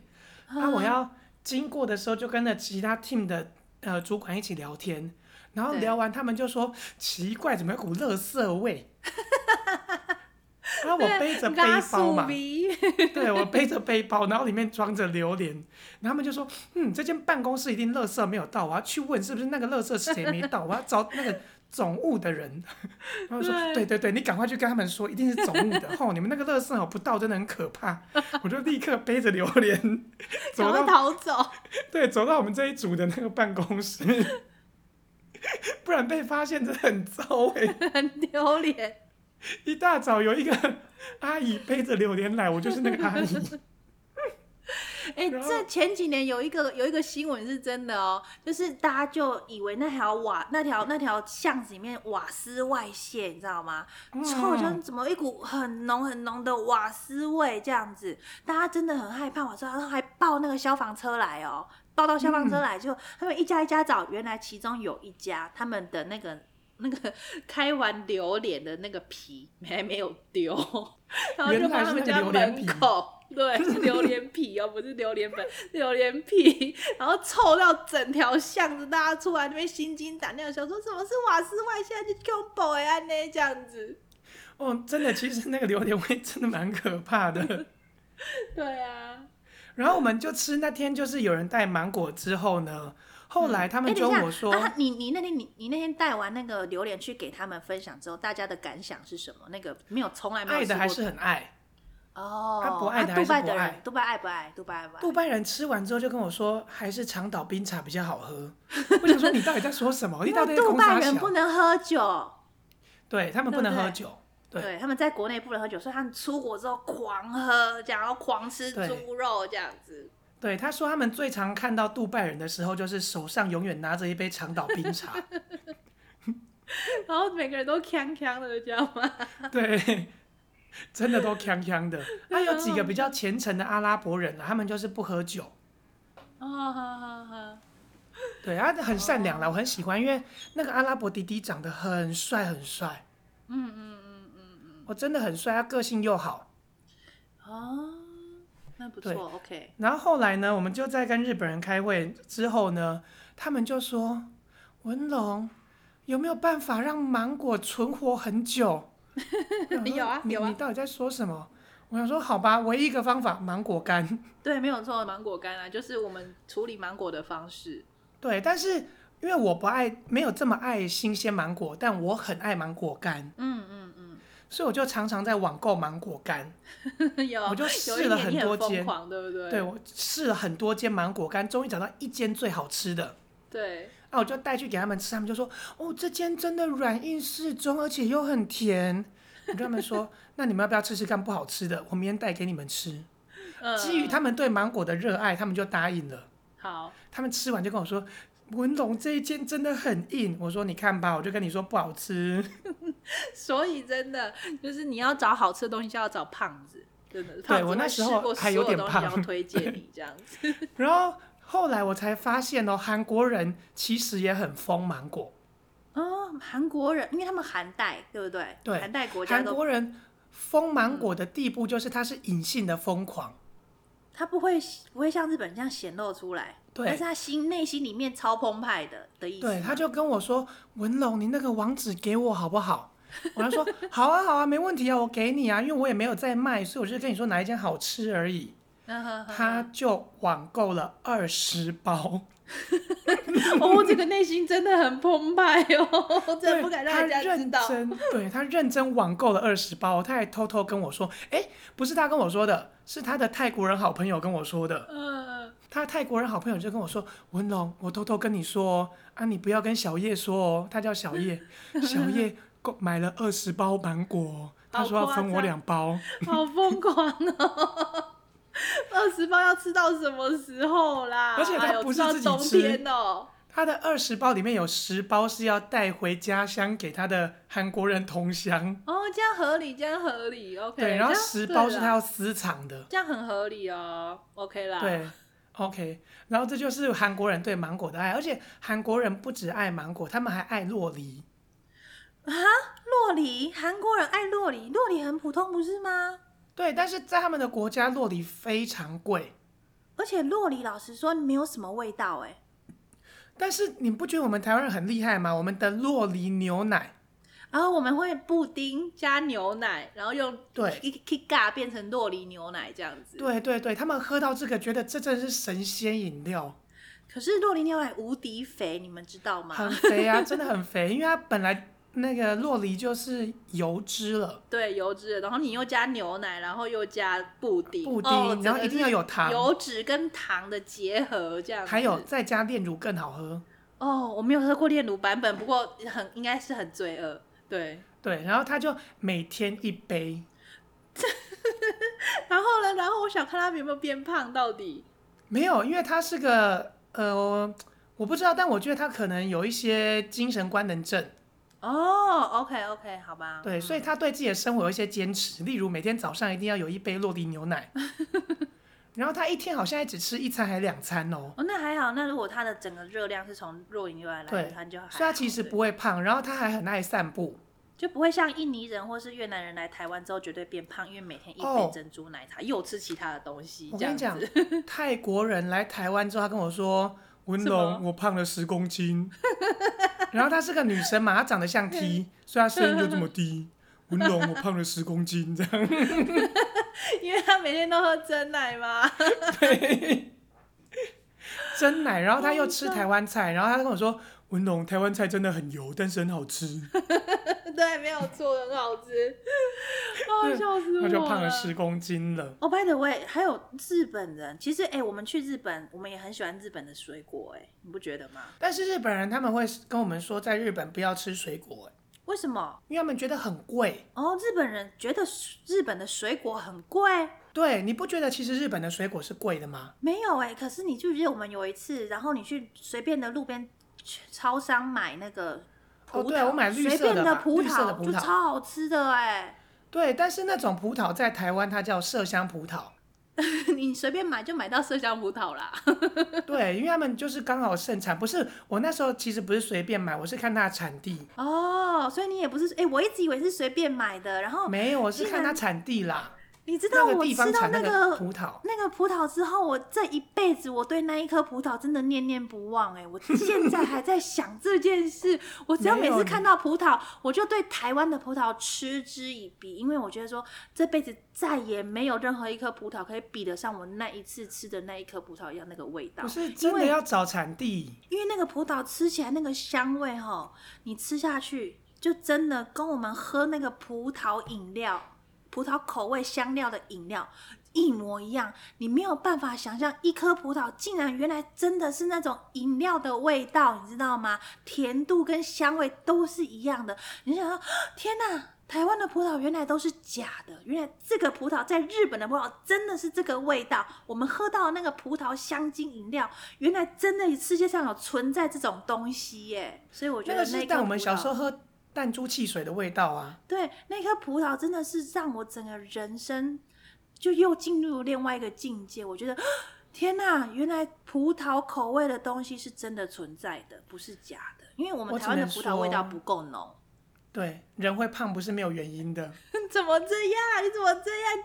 A: 那啊
B: 啊
A: 我要经过的时候，就跟着其他 team 的呃主管一起聊天，然后
B: 对
A: 聊完，他们就说奇怪，怎么有股垃圾味？ 然后我背 着背
B: 拉
A: 包
B: 素
A: 嘛，
B: 鼻，
A: 对我背着背包，然后里面装着榴莲，然后他们就说，嗯，这间办公室一定垃圾没有到，我要去问是不是那个垃圾谁没到，我要找那个总务的人。 然后说，
B: 对
A: 对对对，你赶快去跟他们说，一定是总务的。 吼、你们那个垃圾哦不到，真的很可怕。 我就立刻背着榴莲
B: 赶
A: 走
B: 快
A: 到
B: 逃走。
A: 对，走到我们这一组的那个办公室， 不然被发现真的很糟哎、
B: 很丢脸。
A: 一大早有一个阿姨背着榴莲来，我就是那个阿 姨。
B: 哎、
A: 然后
B: 这前几年有一个有一个新闻是真的哦，就是大家就以为那条瓦那条那条巷子里面瓦斯外泄，你知道吗？
A: 嗯
B: 臭就是怎么一股很浓很浓的瓦斯味这样子，大家真的很害怕瓦斯，然后还报那个消防车来哦。报到消防
A: 嗯
B: 车来，就他们一家一家找，原来其中有一家他们的那个 那个开完榴莲的那个皮还没有丢， 然后就
A: 原来是
B: 放他们
A: 那个
B: 家
A: 榴莲
B: 门
A: 皮
B: 口。对，是榴莲皮哦，不是榴莲粉，是榴莲皮， 然后臭到整条巷子，大家出来那边心惊胆跳，想说什么是瓦斯外泄，就 Q boy 啊呢这样子。
A: 哦，真的，其实那个榴莲味真的蛮可怕的。
B: 对啊，
A: 然后我们就吃，那天就是有人带芒果之后呢，后来他
B: 他
A: 们就问我说，
B: 啊，你你那天你你那天带完那个榴莲去给他们分享之后，大家的感想是什么？那个没有，从来没有
A: 爱
B: 吃
A: 的
B: 过
A: 还是很爱。
B: 哦，
A: 他不爱的
B: 啊
A: 还
B: 杜
A: 是
B: 拜
A: 不
B: 的
A: 爱
B: 人，杜拜爱不爱？杜拜爱不爱？
A: 杜拜人吃完之后就跟我说，还是长岛冰茶比较好喝。我想说，你到底在说什么？你
B: 因
A: 到底
B: 为
A: 在
B: 杜
A: 空
B: 拜
A: 啥
B: 人不
A: 小？
B: 能喝酒。
A: 对他们不能
B: 对不对
A: 喝酒。对
B: 他们在国内不能喝酒，所以他们出国之后狂喝，这样然后狂吃
A: 对
B: 猪肉这样子。
A: 对，他说他们最常看到杜拜人的时候，就是手上永远拿着一杯长岛冰茶。
B: 然后每个人都锵锵的，知道吗？
A: 对，真的都锵锵的。那、
B: 啊
A: 有几个比较虔诚的阿拉伯人、啊，他们就是不喝酒。
B: 哦，好好好，
A: 对，他很善良
B: 哦
A: 啦，我很喜欢，因为那个阿拉伯弟弟长得很帅，很帅，
B: 嗯嗯嗯嗯
A: 我真的很帅，他个性又好。
B: 嗯，哦，那不错
A: 对
B: ，OK。
A: 然后后来呢，我们就在跟日本人开会之后呢，他们就说：“文龙，有没有办法让芒果存活很久？”我想说
B: 有啊
A: 你
B: 有啊
A: 你到底在说什么？我想说，好吧，唯一一个方法，芒果干。
B: 对，没有错，芒果干啊，就是我们处理芒果的方式。
A: 对，但是因为我不爱，没有这么爱新鲜芒果，但我很爱芒果干，
B: 嗯嗯
A: 所以我就常常在网购芒果干。
B: 嗯，有，
A: 我就
B: 有一
A: 试了
B: 年
A: 很
B: 你
A: 多
B: 疯
A: 间
B: 狂，对不对？
A: 对我试了很多间芒果干，终于找到一间最好吃的。
B: 对
A: 啊，我就带去给他们吃，他们就说：“哦，这间真的软硬适中，而且又很甜。”我跟他们说：“那你们要不要吃吃看不好吃的？我明天带给你们吃。”
B: 嗯
A: 基于他们对芒果的热爱，他们就答应了。
B: 好，
A: 他们吃完就跟我说：“文龙这一间真的很硬。”我说：“你看吧，我就跟你说不好吃。”
B: 所以真的就是你要找好吃的东西，就要找胖子。真的，胖子
A: 我那
B: 会
A: 时
B: 试
A: 候
B: 过
A: 还
B: 所
A: 有点
B: 东西
A: 胖
B: 然后推荐你这样子。
A: 然后后来我才发现哦，韩国人其实也很疯芒果，
B: 哦，韩国人，因为他们韩代，对不对？
A: 对
B: 韩代国家
A: 韩
B: 都
A: 国人疯芒果的地步就是它是隐性的疯狂，
B: 他不会不会像日本这样显露出来，
A: 对
B: 但是他心内心里面超澎湃的的意思。
A: 对，他就跟我说：“文龙，你那个网址给我好不好？”我就说：“好啊，好啊，没问题啊，我给你啊，因为我也没有在卖，所以我就跟你说哪一间好吃而已。”
B: 嗯哼哼
A: 他就网购了二十包，
B: 哦，这个内心真的很澎湃哦，我真的不敢让人
A: 他
B: 家知
A: 认
B: 道。
A: 真，对他认真网购了二十包，他还偷偷跟我说，哎、不是他跟我说的，是他的泰国人好朋友跟我说的。
B: 嗯，
A: 他泰国人好朋友就跟我说，文龙，我偷偷跟你说哦，啊，你不要跟小叶说哦，他叫小 叶，小叶购买了二十包芒果哦，他
B: 好
A: 说要
B: 夸
A: 分我
B: 张
A: 两包。
B: 好疯狂哦！二十包要吃到什么时候啦？
A: 而且它
B: 哎呦
A: 不是
B: 吃
A: 自己
B: 到冬
A: 吃
B: 天哦。
A: 他的二十包里面有十包是要带回家乡给他的韩国人同乡，
B: 哦，这样合理，这样合理，OK 这
A: 对，
B: 样。
A: 然后十包是
B: 对
A: 他
B: 啦
A: 要私藏的，
B: 这样很合理哦，OK 啦。
A: 对，OK，然后这就是韩国人对芒果的爱，而且韩国人不只爱芒果，他们还爱洛梨，
B: 啊洛梨，韩国人爱洛梨，洛梨很普通不是吗？
A: 对，但是在他们的国家，洛梨非常贵。
B: 而且洛梨老实说没有什么味道哎、
A: 但是你不觉得我们台湾人很厉害吗？我们的洛梨牛奶，
B: 然后我们会布丁加牛奶，然后用
A: 对
B: Kika 变成洛梨牛奶这样子。
A: 对对对，他们喝到这个，觉得这真的是神仙饮料，
B: 可是洛梨牛奶无敌肥，你们知道吗？
A: 很肥啊，真的很肥，因为它本来那个洛梨就是油脂了，
B: 对，油脂的，然后你又加牛奶，然后又加布丁，
A: 布丁
B: 哦、
A: 然后一定要有
B: 整
A: 糖
B: 个是油脂跟糖的结合这样子。
A: 还有再加炼乳更好喝。
B: 哦，我没有喝过炼乳版本，不过很应该是很罪恶。对，
A: 对，然后他就每天一杯，
B: 然后呢，然后我想看他们有没有变胖，到底
A: 没有，因为他是个呃，我不知道，但我觉得他可能有一些精神官能症，
B: 哦，OK OK，好吧，嗯
A: 对，所以他对自己的生活有一些坚持，例如每天早上一定要有一杯落地牛 奶，然后他一天好像也只吃一餐还两餐哦，
B: 哦，那还好，那如果它的整个热量是从肉饮来
A: 对
B: 来，它就还好
A: 所以他其实
B: 对
A: 不会胖，然后他还很爱散步，
B: 就不会像印尼人或是越南人来台湾之后绝对变胖，因为每天一
A: 哦
B: 杯珍珠奶茶，又吃其他的东西，
A: 我
B: 这
A: 跟
B: 样
A: 你讲
B: 子。，
A: 泰国人来台湾之后，他跟我说：“文
B: 嗯什么
A: 龙，我胖了十公 斤。”然后她是个女生嘛，她长得像
B: 嗯
A: T，所以她声音就这么低。文龙，我胖了十公斤，这样。
B: 因为他每天都喝真奶嘛。
A: 哦真奶，然后她又吃台湾菜，然后她跟我说：“文龙，台湾菜真的很油，但是很好 吃。
B: 对，没有错，很好 吃，哦，笑”死我
A: 她就胖了十公斤了。
B: 哦、b y the way，还有日本人，其实哎、我们去日本，我们也很喜欢日本的水果、哎，你不觉得吗？
A: 但是日本人他们会跟我们说，在日本不要吃水果、欸
B: 为什么？
A: 因为他们觉得很贵。
B: 哦，日本人觉得日本的水果很贵，
A: 对，你不觉得其实日本的水果是贵的吗？
B: 没有哎、可是你记不记得我们有一次，然后你去随便的路边去超商买那个葡
A: 哦
B: 萄，
A: 对我买绿
B: 随
A: 色的
B: 便
A: 吧
B: 葡
A: 绿色的
B: 萄
A: 葡
B: 就
A: 萄
B: 超好吃的 哎、
A: 对，但是那种葡萄在台湾它叫麝香葡萄，
B: 你随便买就买到麝香葡萄啦。
A: 对，因为他们就是刚好盛产。不是我那时候其实不是随便买，我是看它的产地，
B: 哦，所以你也不是哎、我一直以为是随便买的，然后
A: 没有，我是
B: 竟
A: 看它
B: 然
A: 产地啦，
B: 你知道
A: 哦那个
B: 我
A: 地
B: 吃
A: 方
B: 到
A: 产
B: 那
A: 个
B: 个
A: 葡萄。
B: 那个葡萄之后，我这一辈子我对那一颗葡萄真的念念不忘哎、我现在还在想这件事。我只要
A: 没
B: 每
A: 有
B: 次
A: 你
B: 看到葡萄，我就对台湾的葡萄嗤之以鼻，因为我觉得说这辈子再也没有任何一颗葡萄可以比得上我那一次吃的那一颗葡萄一样那个味道
A: 不。是真的
B: 为
A: 要找产地，
B: 因为那个葡萄吃起来那个香味哈，你吃下去就真的跟我们喝那个葡萄饮料、葡萄口味香料的饮料一模一样。你没有办法想象一颗葡萄竟然原来真的是那种饮料的味道，你知道吗？甜度跟香味都是一样的。你就想说，天哪！台湾的葡萄原来都是假的，原来这个葡萄在日本的葡萄真的是这个味道。我们喝到的那个葡萄香精饮料，原来真的世界上有存在这种东西耶。所以我觉
A: 那
B: 得
A: 个
B: 那
A: 是
B: 颗
A: 但我们
B: 葡萄
A: 小时候喝弹珠汽水的味道啊。
B: 对，那颗葡萄真的是让我整个人生就又进入另外一个境界。我觉得，天哪，原来葡萄口味的东西是真的存在的，不是假的。因为我们
A: 我只
B: 台湾的
A: 能
B: 葡萄味道
A: 说
B: 不够浓。
A: 对，人会胖不是没有原因的。
B: 怎么这样？你怎么这样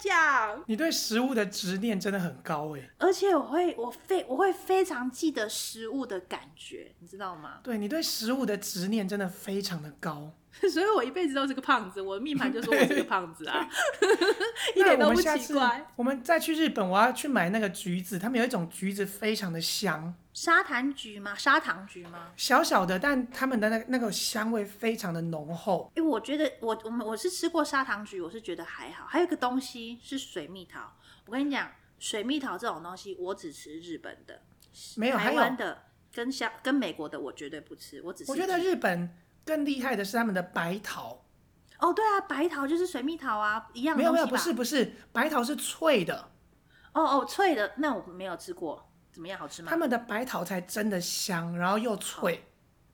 B: 讲？
A: 你对食物的执念真的很高哎、
B: 而且我会，我非我会非常记得食物的感觉，你知道吗？
A: 对你对食物的执念真的非常的高。
B: 所以我一辈子都是个胖子，我的命盘就说我是个胖子 啊， 一
A: 那
B: 点
A: 我
B: 都
A: 们
B: 不
A: 下
B: 奇
A: 次
B: 怪。
A: 我们再去日本，我要去买那个橘子，他们有一种橘子非常的香，
B: 砂糖橘吗？砂糖橘吗？
A: 小小的，但他们的那个那个香味非常的浓厚。
B: 哎，我觉得我我们我是吃过砂糖橘，我是觉得还好。还有一个东西是水蜜桃，我跟你讲，水蜜桃这种东西，我只吃日本的，
A: 没有，还
B: 台
A: 有，
B: 湾的跟香跟美国的我绝对不吃，我只吃。
A: 我觉得日本更厉害的是他们的白桃，
B: 哦，对啊，白桃就是水蜜桃啊，一样
A: 没
B: 的
A: 有
B: 东
A: 没
B: 西
A: 有，不
B: 吧？
A: 是不是，白桃是脆的，
B: 哦哦，脆的那我没有吃过，怎么样？好吃吗哦
A: 他？们的白桃才真的香，然后又脆，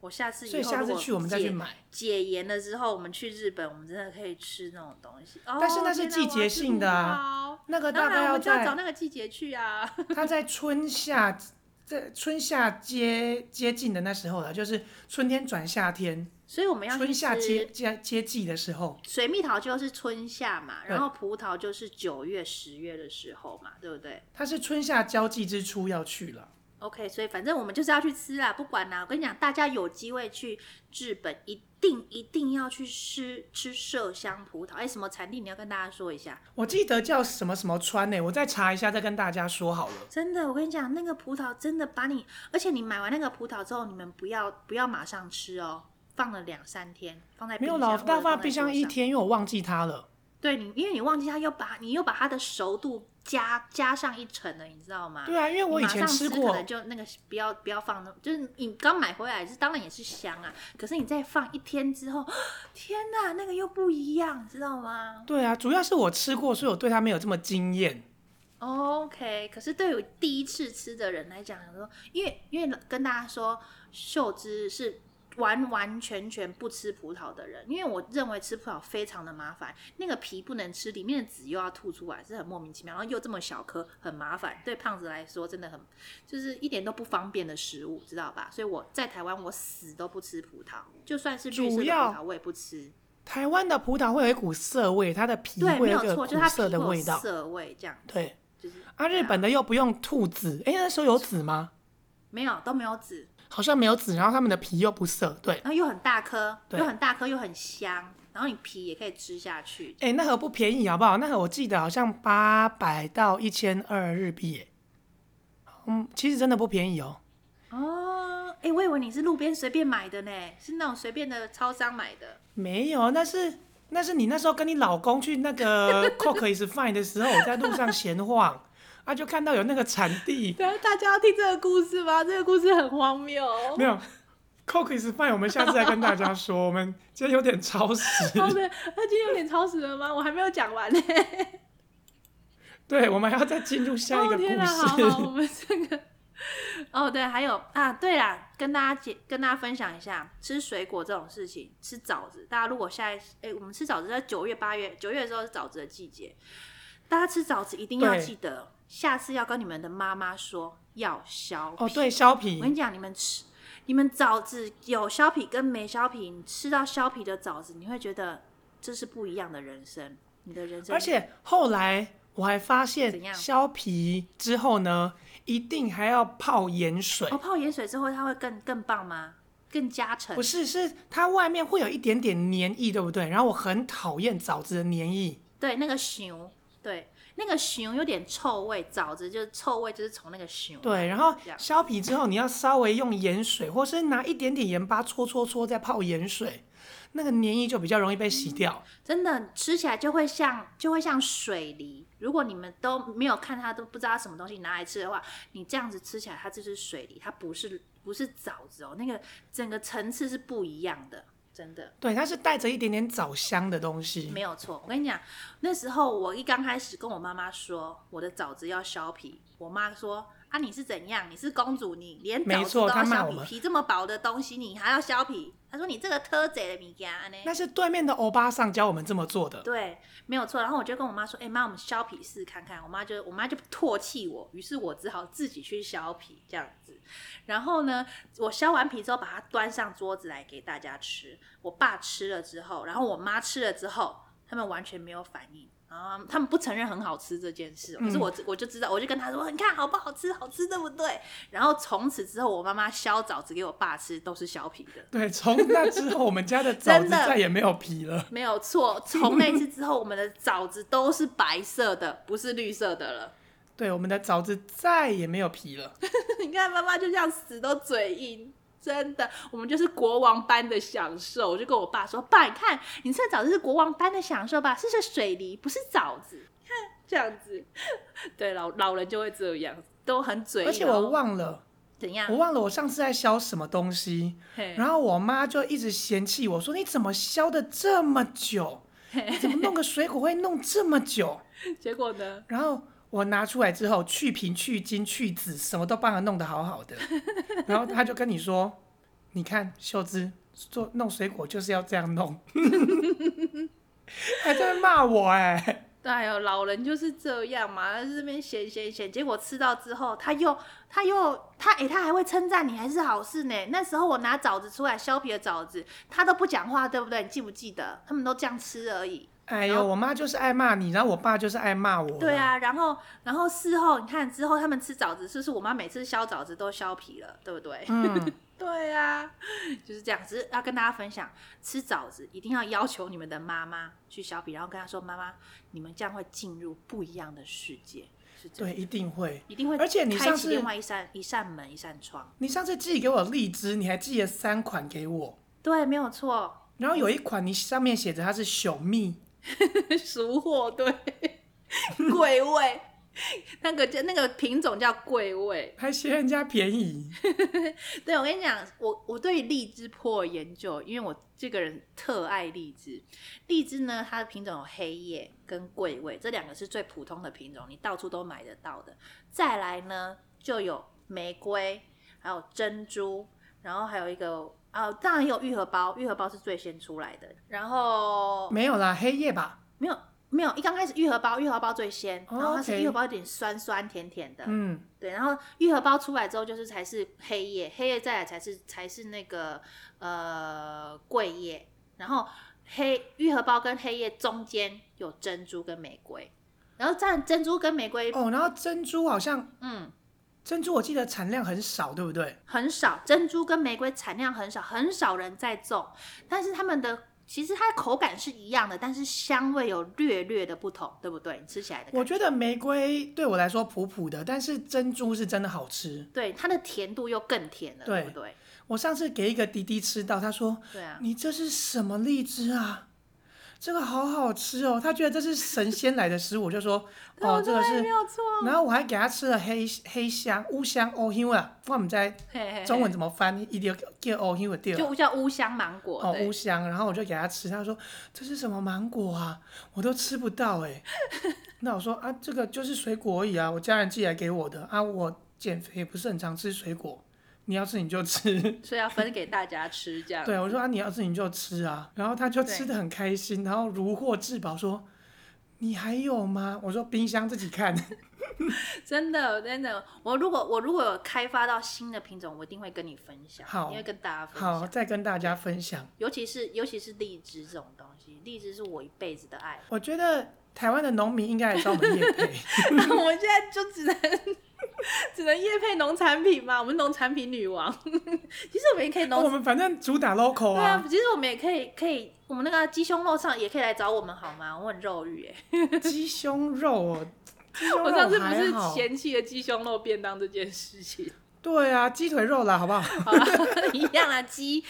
B: 我下次
A: 所以
B: 以后
A: 下
B: 如
A: 次
B: 果
A: 去我们再去
B: 解
A: 买。
B: 解严了之后，我们去日本，我们真的可以吃那种东西。哦、
A: 但是那是季节性的啊
B: 啊。
A: 那个大
B: 当
A: 概
B: 然，我
A: 要
B: 们就要找
A: 在
B: 那个季节去啊。
A: 它在春夏，在春夏接接近的那时候了，就是春天转夏天，
B: 所以我们要去
A: 春夏接
B: 吃
A: 接接季的时候，
B: 水蜜桃就是春夏嘛，
A: 对
B: 然后葡萄就是九月、十月的时候嘛，对不对
A: 它是春夏交际之初要去了。
B: ？OK，所以反正我们就是要去吃啦，不管啦。我跟你讲，大家有机会去日本，一定一定要去吃吃麝香葡萄。哎，什么产地你要跟大家说一下？
A: 我记得叫什么什么川呢、我再查一下再跟大家说好了。
B: 真的，我跟你讲，那个葡萄真的把你，而且你买完那个葡萄之后，你们不要不要马上吃哦，放了两三天，放在
A: 没
B: 冰
A: 有
B: 箱
A: 老
B: 或者
A: 大放
B: 在
A: 冰箱
B: 桌
A: 一
B: 上。
A: 天，因为我忘记它了。
B: 对你，因为你忘记它，又把你又把它的熟度加加上一层了，你知道吗？
A: 对啊，因为我以
B: 你
A: 前
B: 马上吃
A: 过
B: 可能，就那个不要不要放那，就是你刚买回来是当然也是香啊，可是你再放一天之后， 天哪，那个又不一样，你知道吗？
A: 对啊，主要是我吃过，所以我对它没有这么惊艳。
B: OK，可是对于第一次吃的人来讲，想说，因为因为跟大家说，秀芝是完完全全不吃葡萄的人，因为我认为吃葡萄非常的麻烦，那个皮不能吃，里面的籽又要吐出来，是很莫名其妙，然后又这么小颗，很麻烦，对胖子来说真的很就是一点都不方便的食物，知道吧？所以我在台湾我死都不吃葡萄，就算是绿色
A: 主
B: 的
A: 要
B: 葡萄我也不吃。
A: 台湾的葡萄会有一股涩味，它的皮
B: 对，没
A: 会
B: 有
A: 一个
B: 错，
A: 苦
B: 就是它皮
A: 涩的
B: 有
A: 味道。
B: 涩味这样，
A: 对，
B: 就是
A: 啊，日本的又不用吐籽，哎、那时候有籽吗？
B: 没有都没有籽。
A: 好像没有籽，然后他们的皮又不涩。对，
B: 然后又很大颗，
A: 对
B: 又很大颗又很香，然后你皮也可以吃下去。
A: 哎、那盒不便宜，好不好？那盒我记得好像八百到一千二日币耶。嗯，其实真的不便宜哦。
B: 哦，哎、我以为你是路边随便买的呢，是那种随便的超商买的。
A: 没有，那是那是你那时候跟你老公去那个 Cook is Fine 的时候，我在路上闲晃，啊，就看到有那个产地，
B: 对啊，大家要听这个故事吗？这个故事很荒谬。
A: 没有 Cook is Fine，我们下次再跟大家说。我们今天有点超时，
B: 哦，对，那今天有点超时了吗？我还没有讲完呢。
A: 对，我们还要再进入下一个
B: 哦、
A: 故
B: 天
A: 事。
B: 哪，好好，我们这个。哦，对，还有啊，对啦，跟大家解跟大家分享一下，吃水果这种事情，吃枣子。大家如果下一，哎，我们吃枣子在九月、八月，九月的时候是枣子的季节，大家吃枣子一定要
A: 对
B: 记得，下次要跟你们的妈妈说要削皮。
A: 哦，对，削
B: 我
A: 皮
B: 跟，你讲，你们吃，你们枣子有削皮跟没削皮，你吃到削皮的枣子，你会觉得这是不一样的人生，你的人生。
A: 而且后来我还发
B: 怎
A: 现，
B: 样
A: 削皮之后呢，一定还要泡盐水
B: 哦，。泡盐水之后它会更更棒吗？更加成？
A: 不是，是它外面会有一点点黏液，对不对？然后我很讨厌枣子的黏液。
B: 对，那个熊，对，那个熊有点臭味，枣子就是臭味，就是从那个熊。
A: 对，然后
B: 哦这样
A: 削皮之后，你要稍微用盐水，或是拿一点点盐巴搓搓搓，再泡盐水，那个黏液就比较容易被洗掉。
B: 真的吃起来就会像就会像水梨。如果你们都没有看它，都不知道它什么东西拿来吃的话，你这样子吃起来，它就是水梨，它不是不是枣子哦，那个整个层次是不一样的，真的。
A: 对，它是带着一点点枣香的东西。
B: 没有错，我跟你讲，那时候我一刚开始跟我妈妈说我的枣子要削皮，我妈说啊你是怎样？你是公主，你连枣
A: 没
B: 子
A: 错
B: 都要
A: 她骂
B: 削
A: 我
B: 皮，
A: 们
B: 皮这么薄的东西你还要削皮？她说你这个特贼的物件呢？
A: 那是对面的欧巴桑教我们这么做的。
B: 对，没有错。然后我就跟我妈说，哎、妈，我们削皮试看看。我妈就我妈就唾弃我，于是我只好自己去削皮这样子。然后呢，我削完皮之后把它端上桌子来给大家吃。我爸吃了之后，然后我妈吃了之后，他们完全没有反应。啊，他们不承认很好吃这件事，哦可是我我就知道，我就跟他说，你看好不好吃，好吃对不对？然后从此之后，我妈妈削枣子给我爸吃，都是削皮的。
A: 对，从那之后，我们 家的枣子
B: 真的
A: 再也没有皮了。
B: 没有错，从那次之后，我们的枣子都是白色的，不是绿色的了。
A: 对，我们的枣子再也没有皮了。
B: 你看妈妈就这样死都嘴硬，真的，我们就是国王般的享受。我就跟我爸说，爸，你看你这枣子是国王般的享受吧，是是水梨，不是枣子。 看这样子，对老老人就会这样，都很嘴硬
A: 而
B: 哦。
A: 且我忘了，
B: 怎样
A: 我？忘了我上次在削什么东西，
B: 嘿
A: 然后我妈就一直嫌弃我说：“你怎么削的这么 久？你怎么弄个水果会弄这么久
B: 结果呢？？”
A: 然后我拿出来之后，去皮、去筋、去籽，什么都帮它弄得好好 的。然后她就跟你说：“你看，秀芝做弄水果就是要这样 弄。”还在那骂我哎、
B: 哎呦，老人就是这样嘛，他在这边咸咸咸，结果吃到之后，他又他又他哎、他还会称赞你，还是好事呢。那时候我拿枣子出来削皮的枣子，他都不讲话，对不对？你记不记得？他们都这样吃而已。
A: 哎
B: 然
A: 呦，
B: 后
A: 我妈就是爱骂你，然后我爸就是爱骂我。
B: 对，啊，然后然后事后你看之后他们吃枣子，是不是我妈每次削枣子都削皮了，对不对？
A: 嗯，
B: 对啊，就是这样。只是要跟大家分享，吃枣子一定要要求你们的妈妈去削皮，然后跟她说：“妈妈，你们这样会进入不一样的世界。”是这 样
A: 对，，一定会。
B: 一定会。
A: 而且你
B: 开
A: 上
B: 启
A: 次
B: 另外一扇一扇门一扇窗，
A: 你上次寄给我荔枝，你还寄了三款给我，
B: 对，没有错，
A: 然后有一款你上面写着它是朽蜜，
B: 熟货对， 贵味。 那个叫那个品种叫贵味，
A: 还嫌人家便宜。
B: 对我跟你讲，我我对荔枝颇有研究，因为我这个人特爱荔枝。荔枝呢，它的品种有黑叶跟桂味，这两个是最普通的品种，你到处都买得到的。再来呢，就有玫瑰，还有珍珠，然后还有一个啊，当然也有愈合包，愈合包是最先出来的。然后
A: 没有啦，黑夜吧？
B: 没有没有，一刚开始愈合包，愈合包最先，然
A: 哦
B: 后它是
A: OK
B: 愈合包有点酸酸甜甜的，
A: 嗯，
B: 对，然后愈合包出来之后，就是才是黑夜，黑夜再来才是才是那个呃桂叶，然后黑愈合包跟黑夜中间有珍珠跟玫瑰，然后占珍珠跟玫瑰，
A: 哦，然后珍珠好像
B: 嗯，
A: 珍珠，我记得产量很少，对不对？
B: 很少，珍珠跟玫瑰产量很少，很少人在种，但是它们的。其实它的口感是一样的，但是香味有略略的不同，对不对？你吃起来的
A: 我
B: 感觉，
A: 觉得玫瑰对我来说普普的，但是珍珠是真的好吃。
B: 对它的甜度又更甜了，对
A: 对
B: 不对？
A: 我上次给一个弟弟吃到，他说
B: 对啊，
A: 你这是什么荔枝啊？这个好好吃哦！他觉得这是神仙来的食物，我就 说哦，这个
B: 对没
A: 是。
B: 有错。
A: 然后我还给他吃了黑黑香乌香欧香啊，不知道我们在
B: 嘿嘿嘿
A: 中文怎么翻，一定要叫欧香对了。
B: 就叫乌香芒果，
A: 哦，
B: 对
A: 乌香。然后我就给他吃，他说这是什么芒果啊？我都吃不到 哎、那我说啊，这个就是水果而已啊，我家人寄来给我的啊。我减肥也不是很常吃水果，你要吃你就 吃。
B: 所以要分给大家吃这样。
A: 对，我说啊，你要吃你就吃啊，然后他就吃
B: 对
A: 的很开心，然后如获至宝说。你还有吗？我说冰箱自己看。
B: 真的真的，我如果我如果有开发到新的品种，我一定会跟你分享，
A: 好
B: 因为跟大家分
A: 好，
B: 享，
A: 再跟大家分享。
B: 尤其是尤其是荔枝这种东西，荔枝是我一辈子的 爱。
A: 我觉得台湾的农民应该来找我们叶 配。
B: 我们现在就只能 只能夜配农产品嘛，我们农产品女王。 其实我们也可以农
A: 哦我们反正主打 local
B: 对啊
A: 啊，，
B: 其实我们也可以可以，我们那个鸡胸肉上也可以来找我们好吗？我很肉欲哎、
A: 鸡胸肉哦，鸡胸
B: 我上次
A: 肉
B: 不
A: 还
B: 是
A: 好。
B: 嫌弃了鸡胸肉便当这件事情。
A: 对啊，鸡腿肉啦，好不好？
B: 好啦，一样啦，鸡。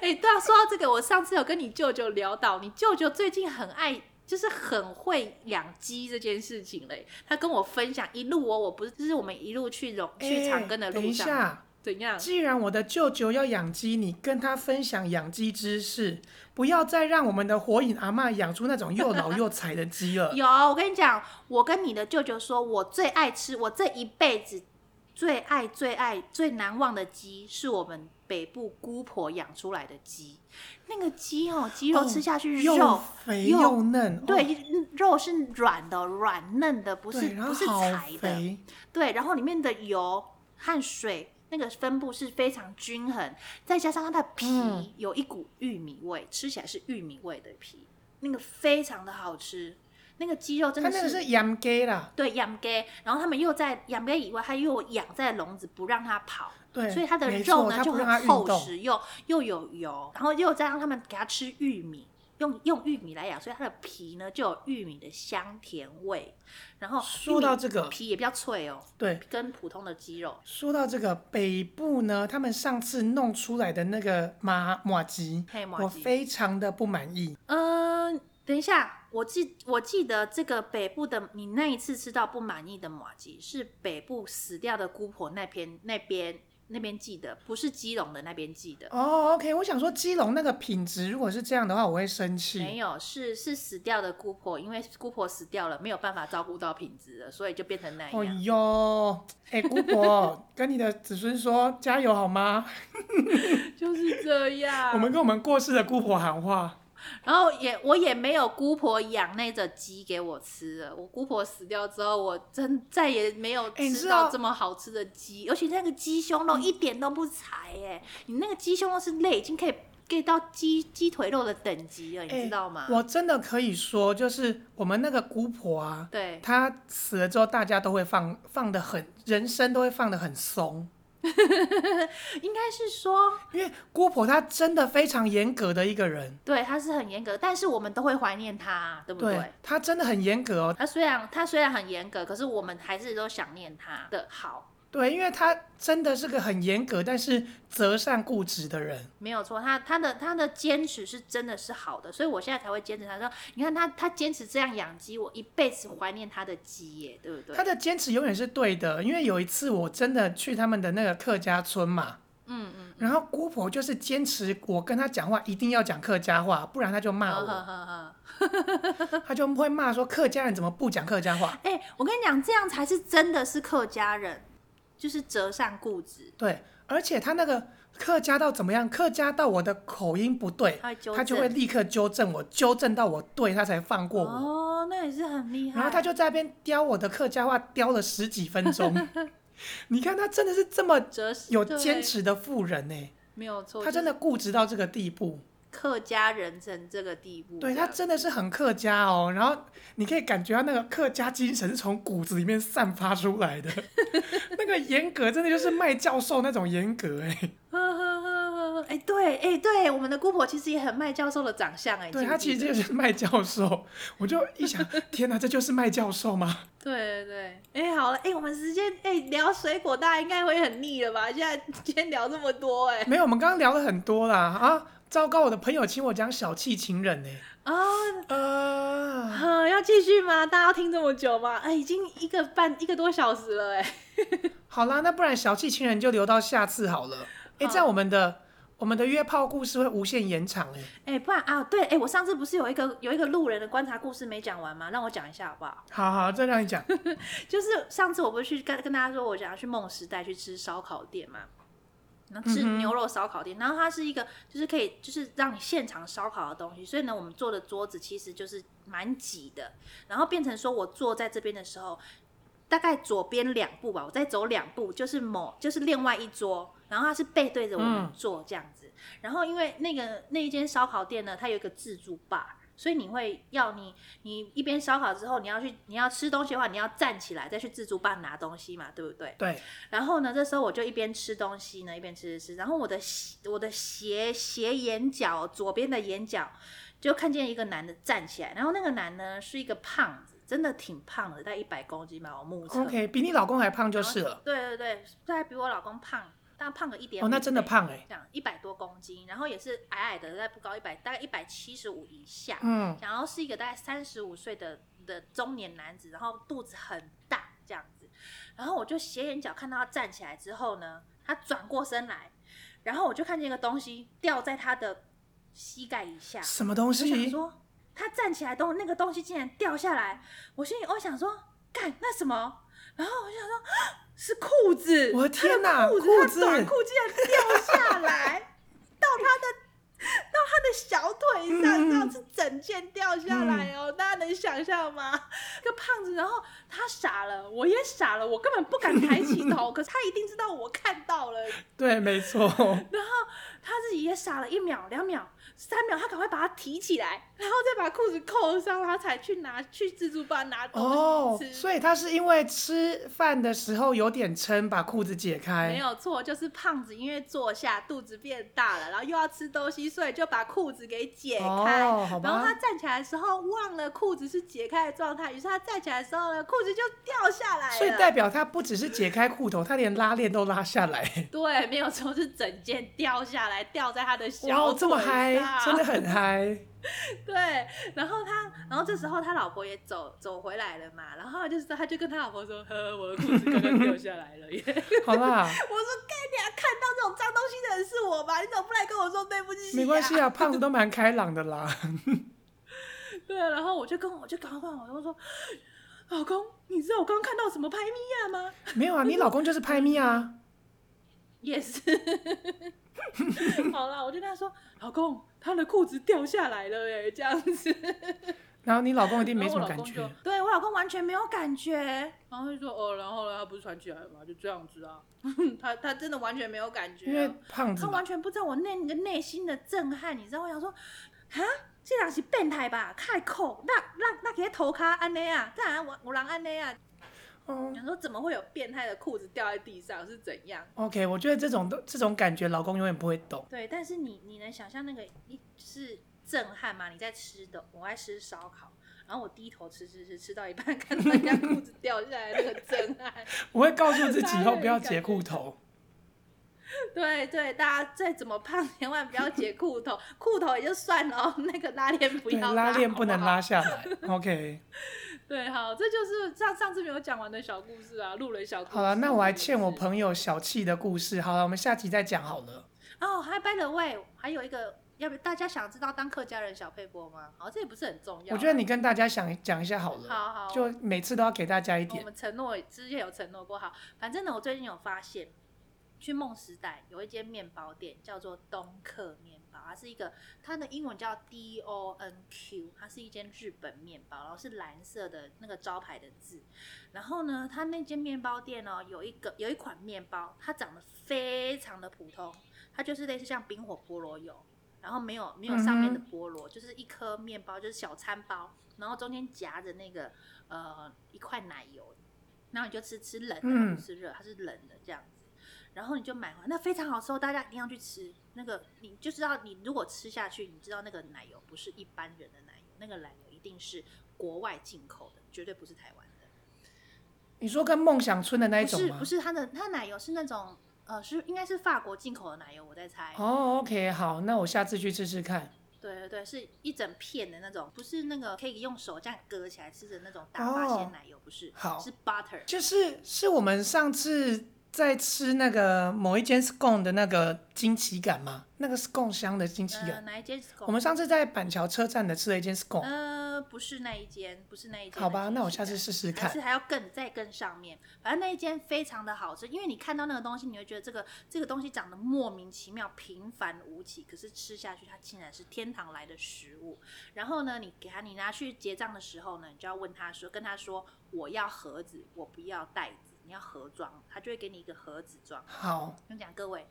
B: 哎、对啊，说到这个，我上次有跟你舅舅聊到，你舅舅最近很爱，就是很会养鸡这件事情嘞。他跟我分享一路哦，我不是，就是我们一路去荣 去长庚的
A: 哎等
B: 路
A: 一
B: 上，
A: 下，
B: 怎样？
A: 既然我的舅舅要养鸡，你跟他分享养鸡知识，不要再让我们的火影阿嬷养出那种又老又柴的鸡 了。
B: 有，我跟你讲，我跟你的舅舅说，我最爱吃，我这一辈子最爱、最爱、最难忘的鸡，是我们北部姑婆养出来的鸡。那个鸡哦，鸡肉
A: 哦
B: 吃下去肉、
A: 又肥
B: 又
A: 又嫩，
B: 对，
A: 哦
B: 嗯肉是软的、软嫩的，不是
A: 对，然
B: 不
A: 后
B: 是
A: 好
B: 柴的。
A: 肥，
B: 对，然后里面的油和水那个分布是非常均衡，再加上它的皮、
A: 嗯
B: 有一股玉米味，吃起来是玉米味的皮，那个非常的好吃。那个鸡肉真
A: 它
B: 的
A: 那个是羊鸡啦，
B: 对养给，然后他们又在养给以外，他又养在笼子不让它跑，
A: 对，
B: 所以它的
A: 没
B: 肉
A: 错
B: 呢
A: 它
B: 就
A: 不让它
B: 很
A: 运
B: 厚
A: 动，
B: 实，又又有油，然后又再让他们给它吃玉米，用用玉米来养，所以它的皮呢就有玉米的香甜味。然后
A: 说到这
B: 玉米
A: 个，
B: 皮也比较脆哦，
A: 对，
B: 跟普通的鸡肉
A: 说到这个北部呢，他们上次弄出来的那个麻麻吉，
B: 配麻
A: 我
B: 吉
A: 非常的不满意。
B: 嗯，等一下，我记我记得这个北部的，你那一次吃到不满意的马吉是北部死掉的姑婆那边那边那边寄的，不是基隆的那边寄的。
A: 哦、o k 我想说基隆那个品质如果是这样的话，我会生
B: 没
A: 气。
B: 有，是是死掉的姑婆，因为姑婆死掉了，没有办法照顾到品质了，所以就变成那
A: 哦
B: 样。
A: 哟，哎、姑婆，跟你的子孙说加油好吗？
B: 就是这样。
A: 我们跟我们过世的姑婆喊话。
B: 然后也我也没有姑婆养那只鸡给我吃了，我姑婆死掉之后，我真再也没有
A: 哎你
B: 吃
A: 知
B: 到
A: 道
B: 这么好吃的鸡，而且那个鸡胸肉一点都不柴哎、你那个鸡胸肉是累，已经可以 get 到鸡鸡腿肉的等级了，你
A: 哎
B: 知道吗？
A: 我真的可以说，就是我们那个姑婆啊，
B: 对，
A: 她死了之后，大家都会放放的很，人生都会放的很松。
B: 应该是说
A: 因为姑婆她真的非常严格的一个人，
B: 对，它是很严格，但是我们都会怀念它，对不对？
A: 对她真的很严格哦。
B: 它虽然它虽然很严格，可是我们还是都想念它的好。
A: 对，因为她真的是个很严格，但是择善固执的人。
B: 没有错，他他的他的坚持是真的是好的，所以我现在才会坚持他说，你看他他坚持这样养鸡，我一辈子怀念他的鸡耶，对不对
A: 她？的坚持永远是对的。因为有一次我真的去他们的那个客家村嘛，
B: 嗯嗯，
A: 然后姑婆就是坚持我跟她讲话一定要讲客家话，不然她就骂
B: 好好
A: 我，
B: 好好。
A: 她就会骂说客家人怎么不讲客家 话。
B: 哎、我跟你讲，这样才是真的是客家人，就是折善固执，
A: 对，而且她那个客家到怎么样？客家到我的口音不对，
B: 他会纠正，
A: 她就会立刻纠正我，纠正到我对，她才放过我。
B: 哦，那也是很厉害。
A: 然后他就在那边雕我的客家话，雕了十几分钟。你看他真的是这么
B: 折
A: 有
B: 对
A: 坚持的妇人呢、
B: 没有错，
A: 他真的固执到这个地步。
B: 就是客家人成这个地步，
A: 对
B: 这
A: 他
B: 样
A: 真的是很客家哦，然后你可以感觉到那个客家精神是从骨子里面散发出来的，那个严格真的就是麦教授那种严格哎、
B: 呵呵呵 呵，哎、对，哎、对，我们的姑婆其实也很卖教授的长相哎、你
A: 对
B: 记不
A: 他
B: 记
A: 其实
B: 得
A: 就是麦教授，我就一想，天哪，这就是麦教授吗？
B: 对对对，哎、好了，哎、我们时间哎、聊水果，大家应该会很腻了吧？现在今天聊这么多、哎，
A: 没有，我们刚刚聊了很多啦啊！糟糕，我的朋友请我讲小气情人呢、欸
B: 啊、
A: 呃，
B: 啊要继续吗？大家要听这么久吗？哎、已经一个半一个多小时了、哎，
A: 好啦，那不然小气情人就留到下次好了。哎、这样我们的我们的约炮故事会无限延长哎、
B: 哎、不然啊，对，哎、我上次不是有一个有一个路人的观察故事没讲完吗？让我讲一下好不好？
A: 好好，再让你 讲。
B: 就是上次我不是去跟跟大家说，我想要去梦时代去吃烧烤店嘛，然后吃
A: 嗯哼
B: 牛肉烧烤店，然后它是一个就是可以就是让你现场烧烤的东西，所以呢，我们坐的桌子其实就是蛮挤的，然后变成说我坐在这边的时候，大概左边两步吧，我再走两步，就是某就是另外一桌，然后它是背对着我们
A: 嗯
B: 坐这样子。然后因为那个那一间烧烤店呢，它有一个自助吧，所以你会要你你一边烧烤之后，你要去你要吃东西的话，你要站起来再去自助吧拿东西嘛，对不对？
A: 对，
B: 然后呢，这时候我就一边吃东西呢，一边吃吃吃。然后我的斜我的斜斜眼角左边的眼角就看见一个男的站起来，然后那个男呢是一个胖子，真的挺胖的，大概一百公斤吧，我目测。
A: OK，比你老公还胖就是了。
B: 对对对，大概比我老公胖，大概胖个一点。
A: 哦，那真的。胖哎、
B: 这样一百多公斤，然后也是矮矮的，大概不高一百，大概一百七十五以下。
A: 嗯，
B: 然后是一个大概三十五岁的的中年男子，然后肚子很大这样子，然后我就斜眼角看到他站起来之后呢，他转过身来，然后我就看见一个东西掉在他的膝盖以下，
A: 什么东
B: 我想
A: 西？
B: 说他站起来东那个东西竟然掉下来，我心里我想说干那什么，然后我就想说 啊是裤子，
A: 我的天哪，
B: 裤
A: 裤
B: 子，他的短裤竟然掉下来， 到他的到他的小腿
A: 嗯
B: 上，
A: 嗯嗯
B: 这样子整件掉下来哦，大家能想象吗？一个胖子，然后他傻了，我也傻了，我根本不敢抬 起头，可是他一定知道我看到了，
A: 对，没错。
B: 然后他自己也傻了一秒两秒，三秒，他赶快把它提起来，然后再把裤子扣上，然后才去拿去自助吧拿
A: 哦
B: 东西，吃。
A: 所以他是因为吃饭的时候有点撑，把裤子解
B: 没
A: 开。
B: 有错，就是胖子因为坐下肚子变大了，然后又要吃东西，所以就把裤子给解开。
A: 哦，好
B: 然后他
A: 吧。
B: 站起来的时候忘了裤子是解开的状态，于是他站起来的时候呢，裤子就掉下来了。
A: 所以代表他不只是解开裤头，他连拉链都拉下来。
B: 对，没有错，是整件掉下来，掉在他的小
A: 哇，
B: 腿
A: 这么嗨，
B: 上
A: 真的很嗨。
B: 对，然后他，然后这时候他老婆也走走回来了嘛，然后就是他就跟他老婆说：“呵，我的裤子刚刚掉下来了耶。”
A: 好
B: 我说
A: 啦，：“
B: 干你啊！看到这种脏东西的人是我吧？你怎么不来跟我说对不起、
A: 没关系
B: 啊。
A: 啊，胖子都蛮开朗的啦。
B: 对，然后我就跟我就赶快问我老公说：“老公，你知道我刚刚看到什么拍米亚吗
A: 没有啊，你老公就是拍咪啊。？”
B: 也是。 好啦，我就跟他说：“老公，他的裤子掉下来了耶，这样子。”
A: 然后你老公一定没
B: 然
A: 什
B: 后我
A: 么
B: 老
A: 感
B: 公就
A: 觉。
B: 对我老公完全没有感觉，然后就说哦，然后呢，他不是穿起来了吗？就这样子啊， 他他真的完全没有感觉啊、
A: 因为胖子
B: 他
A: 嘛
B: 完，全不知道我内你的内心的震撼，你知道？我想说，哈，这人是变态吧？太酷，那那那给头卡安内啊，当然我我让安内啊，
A: 哦
B: 想说怎么会有变态的裤子掉在地上是怎样？
A: ，OK，我觉得这种这种感觉，老公永远不会懂。
B: 对，但是你你能想象那个一是震撼吗？你在吃的，我爱吃烧烤，然后我低头吃吃吃，吃到一半 看到人家裤子掉下来那个震撼。
A: 我会告诉自己
B: 大家
A: 以后
B: 有
A: 不要解
B: 感觉
A: 裤头。
B: 对对，大家再怎么胖，千万不要解裤头，裤头也就算了哦，那个拉链 不
A: 对，
B: 要
A: 拉链不能。
B: 好
A: 拉下 来。OK，
B: 好对，好，这就是上上次没有讲完的小故事啊，路人小故事。
A: 好了，那我还
B: 是
A: 欠我
B: 是
A: 朋友小气的故事。好了，我们下集再讲好了。
B: 哦，还 by the way，还有一个，要不大家想知道当客家人小配波吗？好，这也不是很重要啊。
A: 我觉得你跟大家想讲一下好了，
B: 好好
A: 就每次都要给大家一
B: 我
A: 点。
B: 们承诺之前有承诺过，好，反正呢，我最近有发现，去梦时代有一间面包店叫做东客面包，它是一个它的英文叫 D O N Q，它是一间日本面包，然后是蓝色的那个招牌的字。然后呢，它那间面包店哦，有一个有一款面包，它长得非常的普通，它就是类似像冰火菠萝油，然后没有没有上面的
A: 嗯
B: 菠萝，就是一颗面包，就是小餐包，然后中间夹着那个呃一块奶油，然后你就吃吃冷的，
A: 嗯
B: 它不是热，它是冷的这样子。然后你就买回来，那非常好吃，哦，大家一定要去吃。那个你就知道，你如果吃下去，你知道那个奶油不是一般人的奶油，那个奶油一定是国外进口的，绝对不是台湾的。
A: 你说跟梦想村的那一
B: 不
A: 种
B: 是
A: 吗
B: 不？是，它的它奶油是那种呃是应该是法国进口的奶油，我在猜。
A: 哦，OK，好，那我下次去试试看。
B: 对对对，是一整片的那种，不是那个可以用手这样割起来吃的那种打发
A: 哦
B: 鲜奶油，不是，
A: 好
B: 是 butter。
A: 就是是我们上次在吃那个某一间 scone 的那个惊奇感吗？那个 scone 香的惊奇
B: 呃，
A: 感。
B: 哪一间是
A: 我们上次在板桥车站的吃了一间 scone，、
B: 呃，不是那一间，不是那一间。
A: 好吧，那我下
B: 是
A: 次试试
B: 还
A: 看
B: 是。还要更再更上面。反正那一间非常的好吃，因为你看到那个东西，你会觉得这个这个东西长得莫名其妙、平凡无奇，可是吃下去它竟然是天堂来的食物。然后呢，你给他你拿去结账的时候呢，你就要问他说，跟他说我要盒子，我不要袋子，你要盒装，他就会给你一个盒子装。
A: 好，
B: 我跟你讲各位，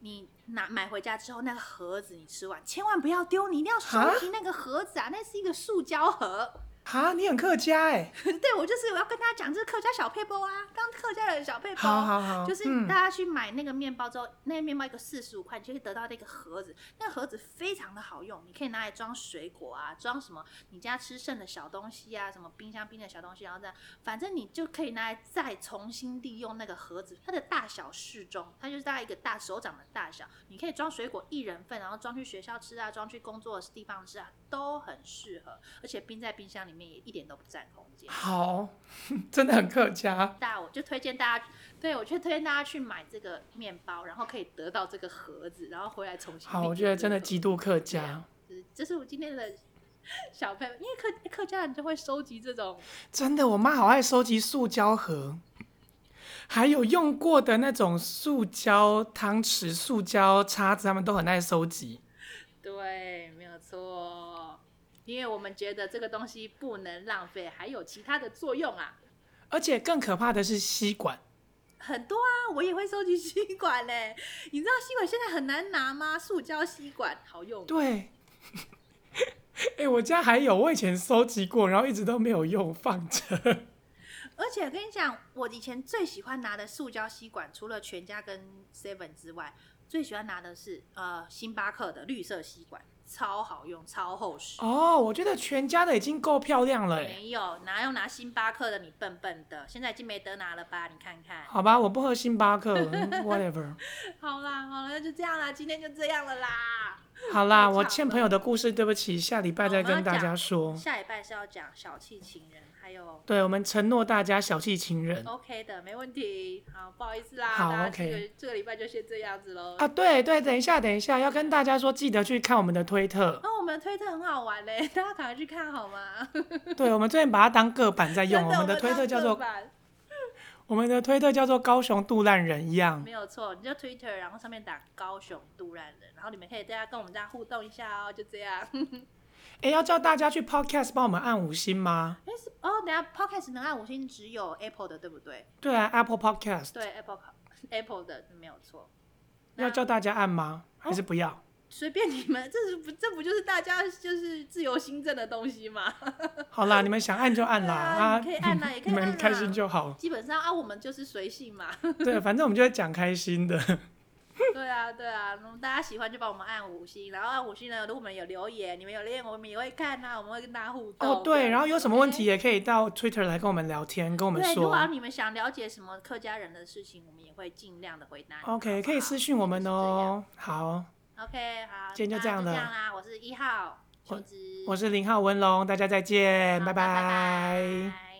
B: 你拿买回家之后，那个盒子你吃完千万不要丢，你一定要收
A: 哈
B: 集那个盒子啊，那是一个塑胶盒。
A: 哈，你很客家哎、
B: 对，我就是我要跟大家讲这个客家小配包啊，当客家人的小配包，啊
A: 好好好，
B: 哦就是
A: 嗯
B: 大家去买那个面包之后，那个面包一个四十五块，你就可以得到那个盒子，那个盒子非常的好用，你可以拿来装水果啊，装什么你家吃剩的小东西啊，什么冰箱冰的小东西，然后这样，反正你就可以拿来再重新利用那个盒子，它的大小适中，它就是大概一个大手掌的大小，你可以装水果一人份，然后装去学校吃啊，装去工作的地方吃啊，都很适合，而且冰在冰箱里面也一点都不占空间。
A: 好，真的很客家。
B: 大，我就推荐大家，对我就推荐大家去买这个面包，然后可以得到这个盒子，然后回来重新。
A: 好，我觉得真的极。度客
B: 对
A: 家
B: 啊，就是这是我今天的小配，因为客客家人就会收集这种，
A: 真的，我妈好爱收集塑胶盒，还有用过的那种塑胶汤匙、塑胶叉子，他们都很爱收集。
B: 对，没有错。因为我们觉得这个东西不能浪费，还有其他的作用啊。
A: 而且更可怕的是吸管，
B: 很多啊，我也会收集吸管嘞。你知道吸管现在很难拿吗？塑胶吸管好 用，
A: 对，哎、我家还有，我以前收集过，然后一直都没有用，放着。
B: 而且跟你讲，我以前最喜欢拿的塑胶吸管，除了全家跟 Seven 之外，最喜欢拿的是呃星巴克的绿色吸管，超好用，超厚实。
A: 哦，我觉得全家的已经够漂亮了、哎，
B: 没有，哪有拿星巴克的？你笨笨的，现在已经没得拿了吧？你看看。
A: 好吧，我不喝星巴克 嗯，whatever。
B: 好啦，好了，就这样啦，今天就这样了啦。
A: 好啦，
B: 太
A: 我
B: 长
A: 欠
B: 了
A: 朋友的故事，对不起，下礼拜
B: 好
A: 再
B: 我们
A: 跟
B: 要
A: 大家
B: 讲
A: 说。
B: 下礼拜是要讲小气情人，还有
A: 对，我们承诺大家小气情人
B: OK 的，没问题。好，不好意思啦，
A: 好
B: 大家
A: ，OK
B: 这个这个礼拜就先这样子喽。
A: 啊。对对，等一下，等一下，要跟大家说，记得去看我们的推 特。
B: 哦那、我们的推特很好玩嘞， 大家赶快去看好吗？
A: 对，我们最近把它当个版在用，
B: 真
A: 哎我们的推特叫
B: 当
A: 做
B: 正版
A: 我们的推特叫做高雄杜烂人一样。
B: 没有错，你就 Twitter，然后上面打高雄杜然人，然后你们可以大家跟我们大家互动一下哦，就这样。
A: 哎，要叫大家去 Podcast 帮我们按五星吗？
B: 哎是哦，等一下 Podcast 能按五星只有 Apple 的，对不对？
A: 对啊，Apple Podcast
B: 对 Apple Apple 的没有错。那
A: 要叫大家按吗？还是不要？
B: 随便你们， 这是不这不就是大家就是自由新政的东西吗？
A: 好啦，你们想按就按啦啊，
B: 对啊你可以按啦也可以
A: 你
B: 按啦
A: 们开心就好。
B: 基本上啊，我们就是随性嘛。
A: 对，反正我们就会讲开心的。
B: 对啊，对啊，那么大家喜欢就帮我们按五星，然后按五星呢，如果我们有留言，你们有留言我们也会看啊，我们会跟大家互动。
A: 哦，对，然后有什么问题
B: OK？
A: 也可以到 Twitter 来跟我们聊天，跟我们
B: 对，如
A: 说
B: 果。你们想了解什么客家人的事情，我们也会尽量的回答你。好
A: OK，
B: 不
A: 可以
B: 好
A: 私讯我们。
B: 就是
A: 哦。好，
B: 这样 OK，好，
A: 今天就这样
B: 那
A: 了
B: 这样啦。我是一号，
A: 我
B: 秋子
A: 我是零号文龙，大家再见，
B: 好
A: 拜
B: 拜拜。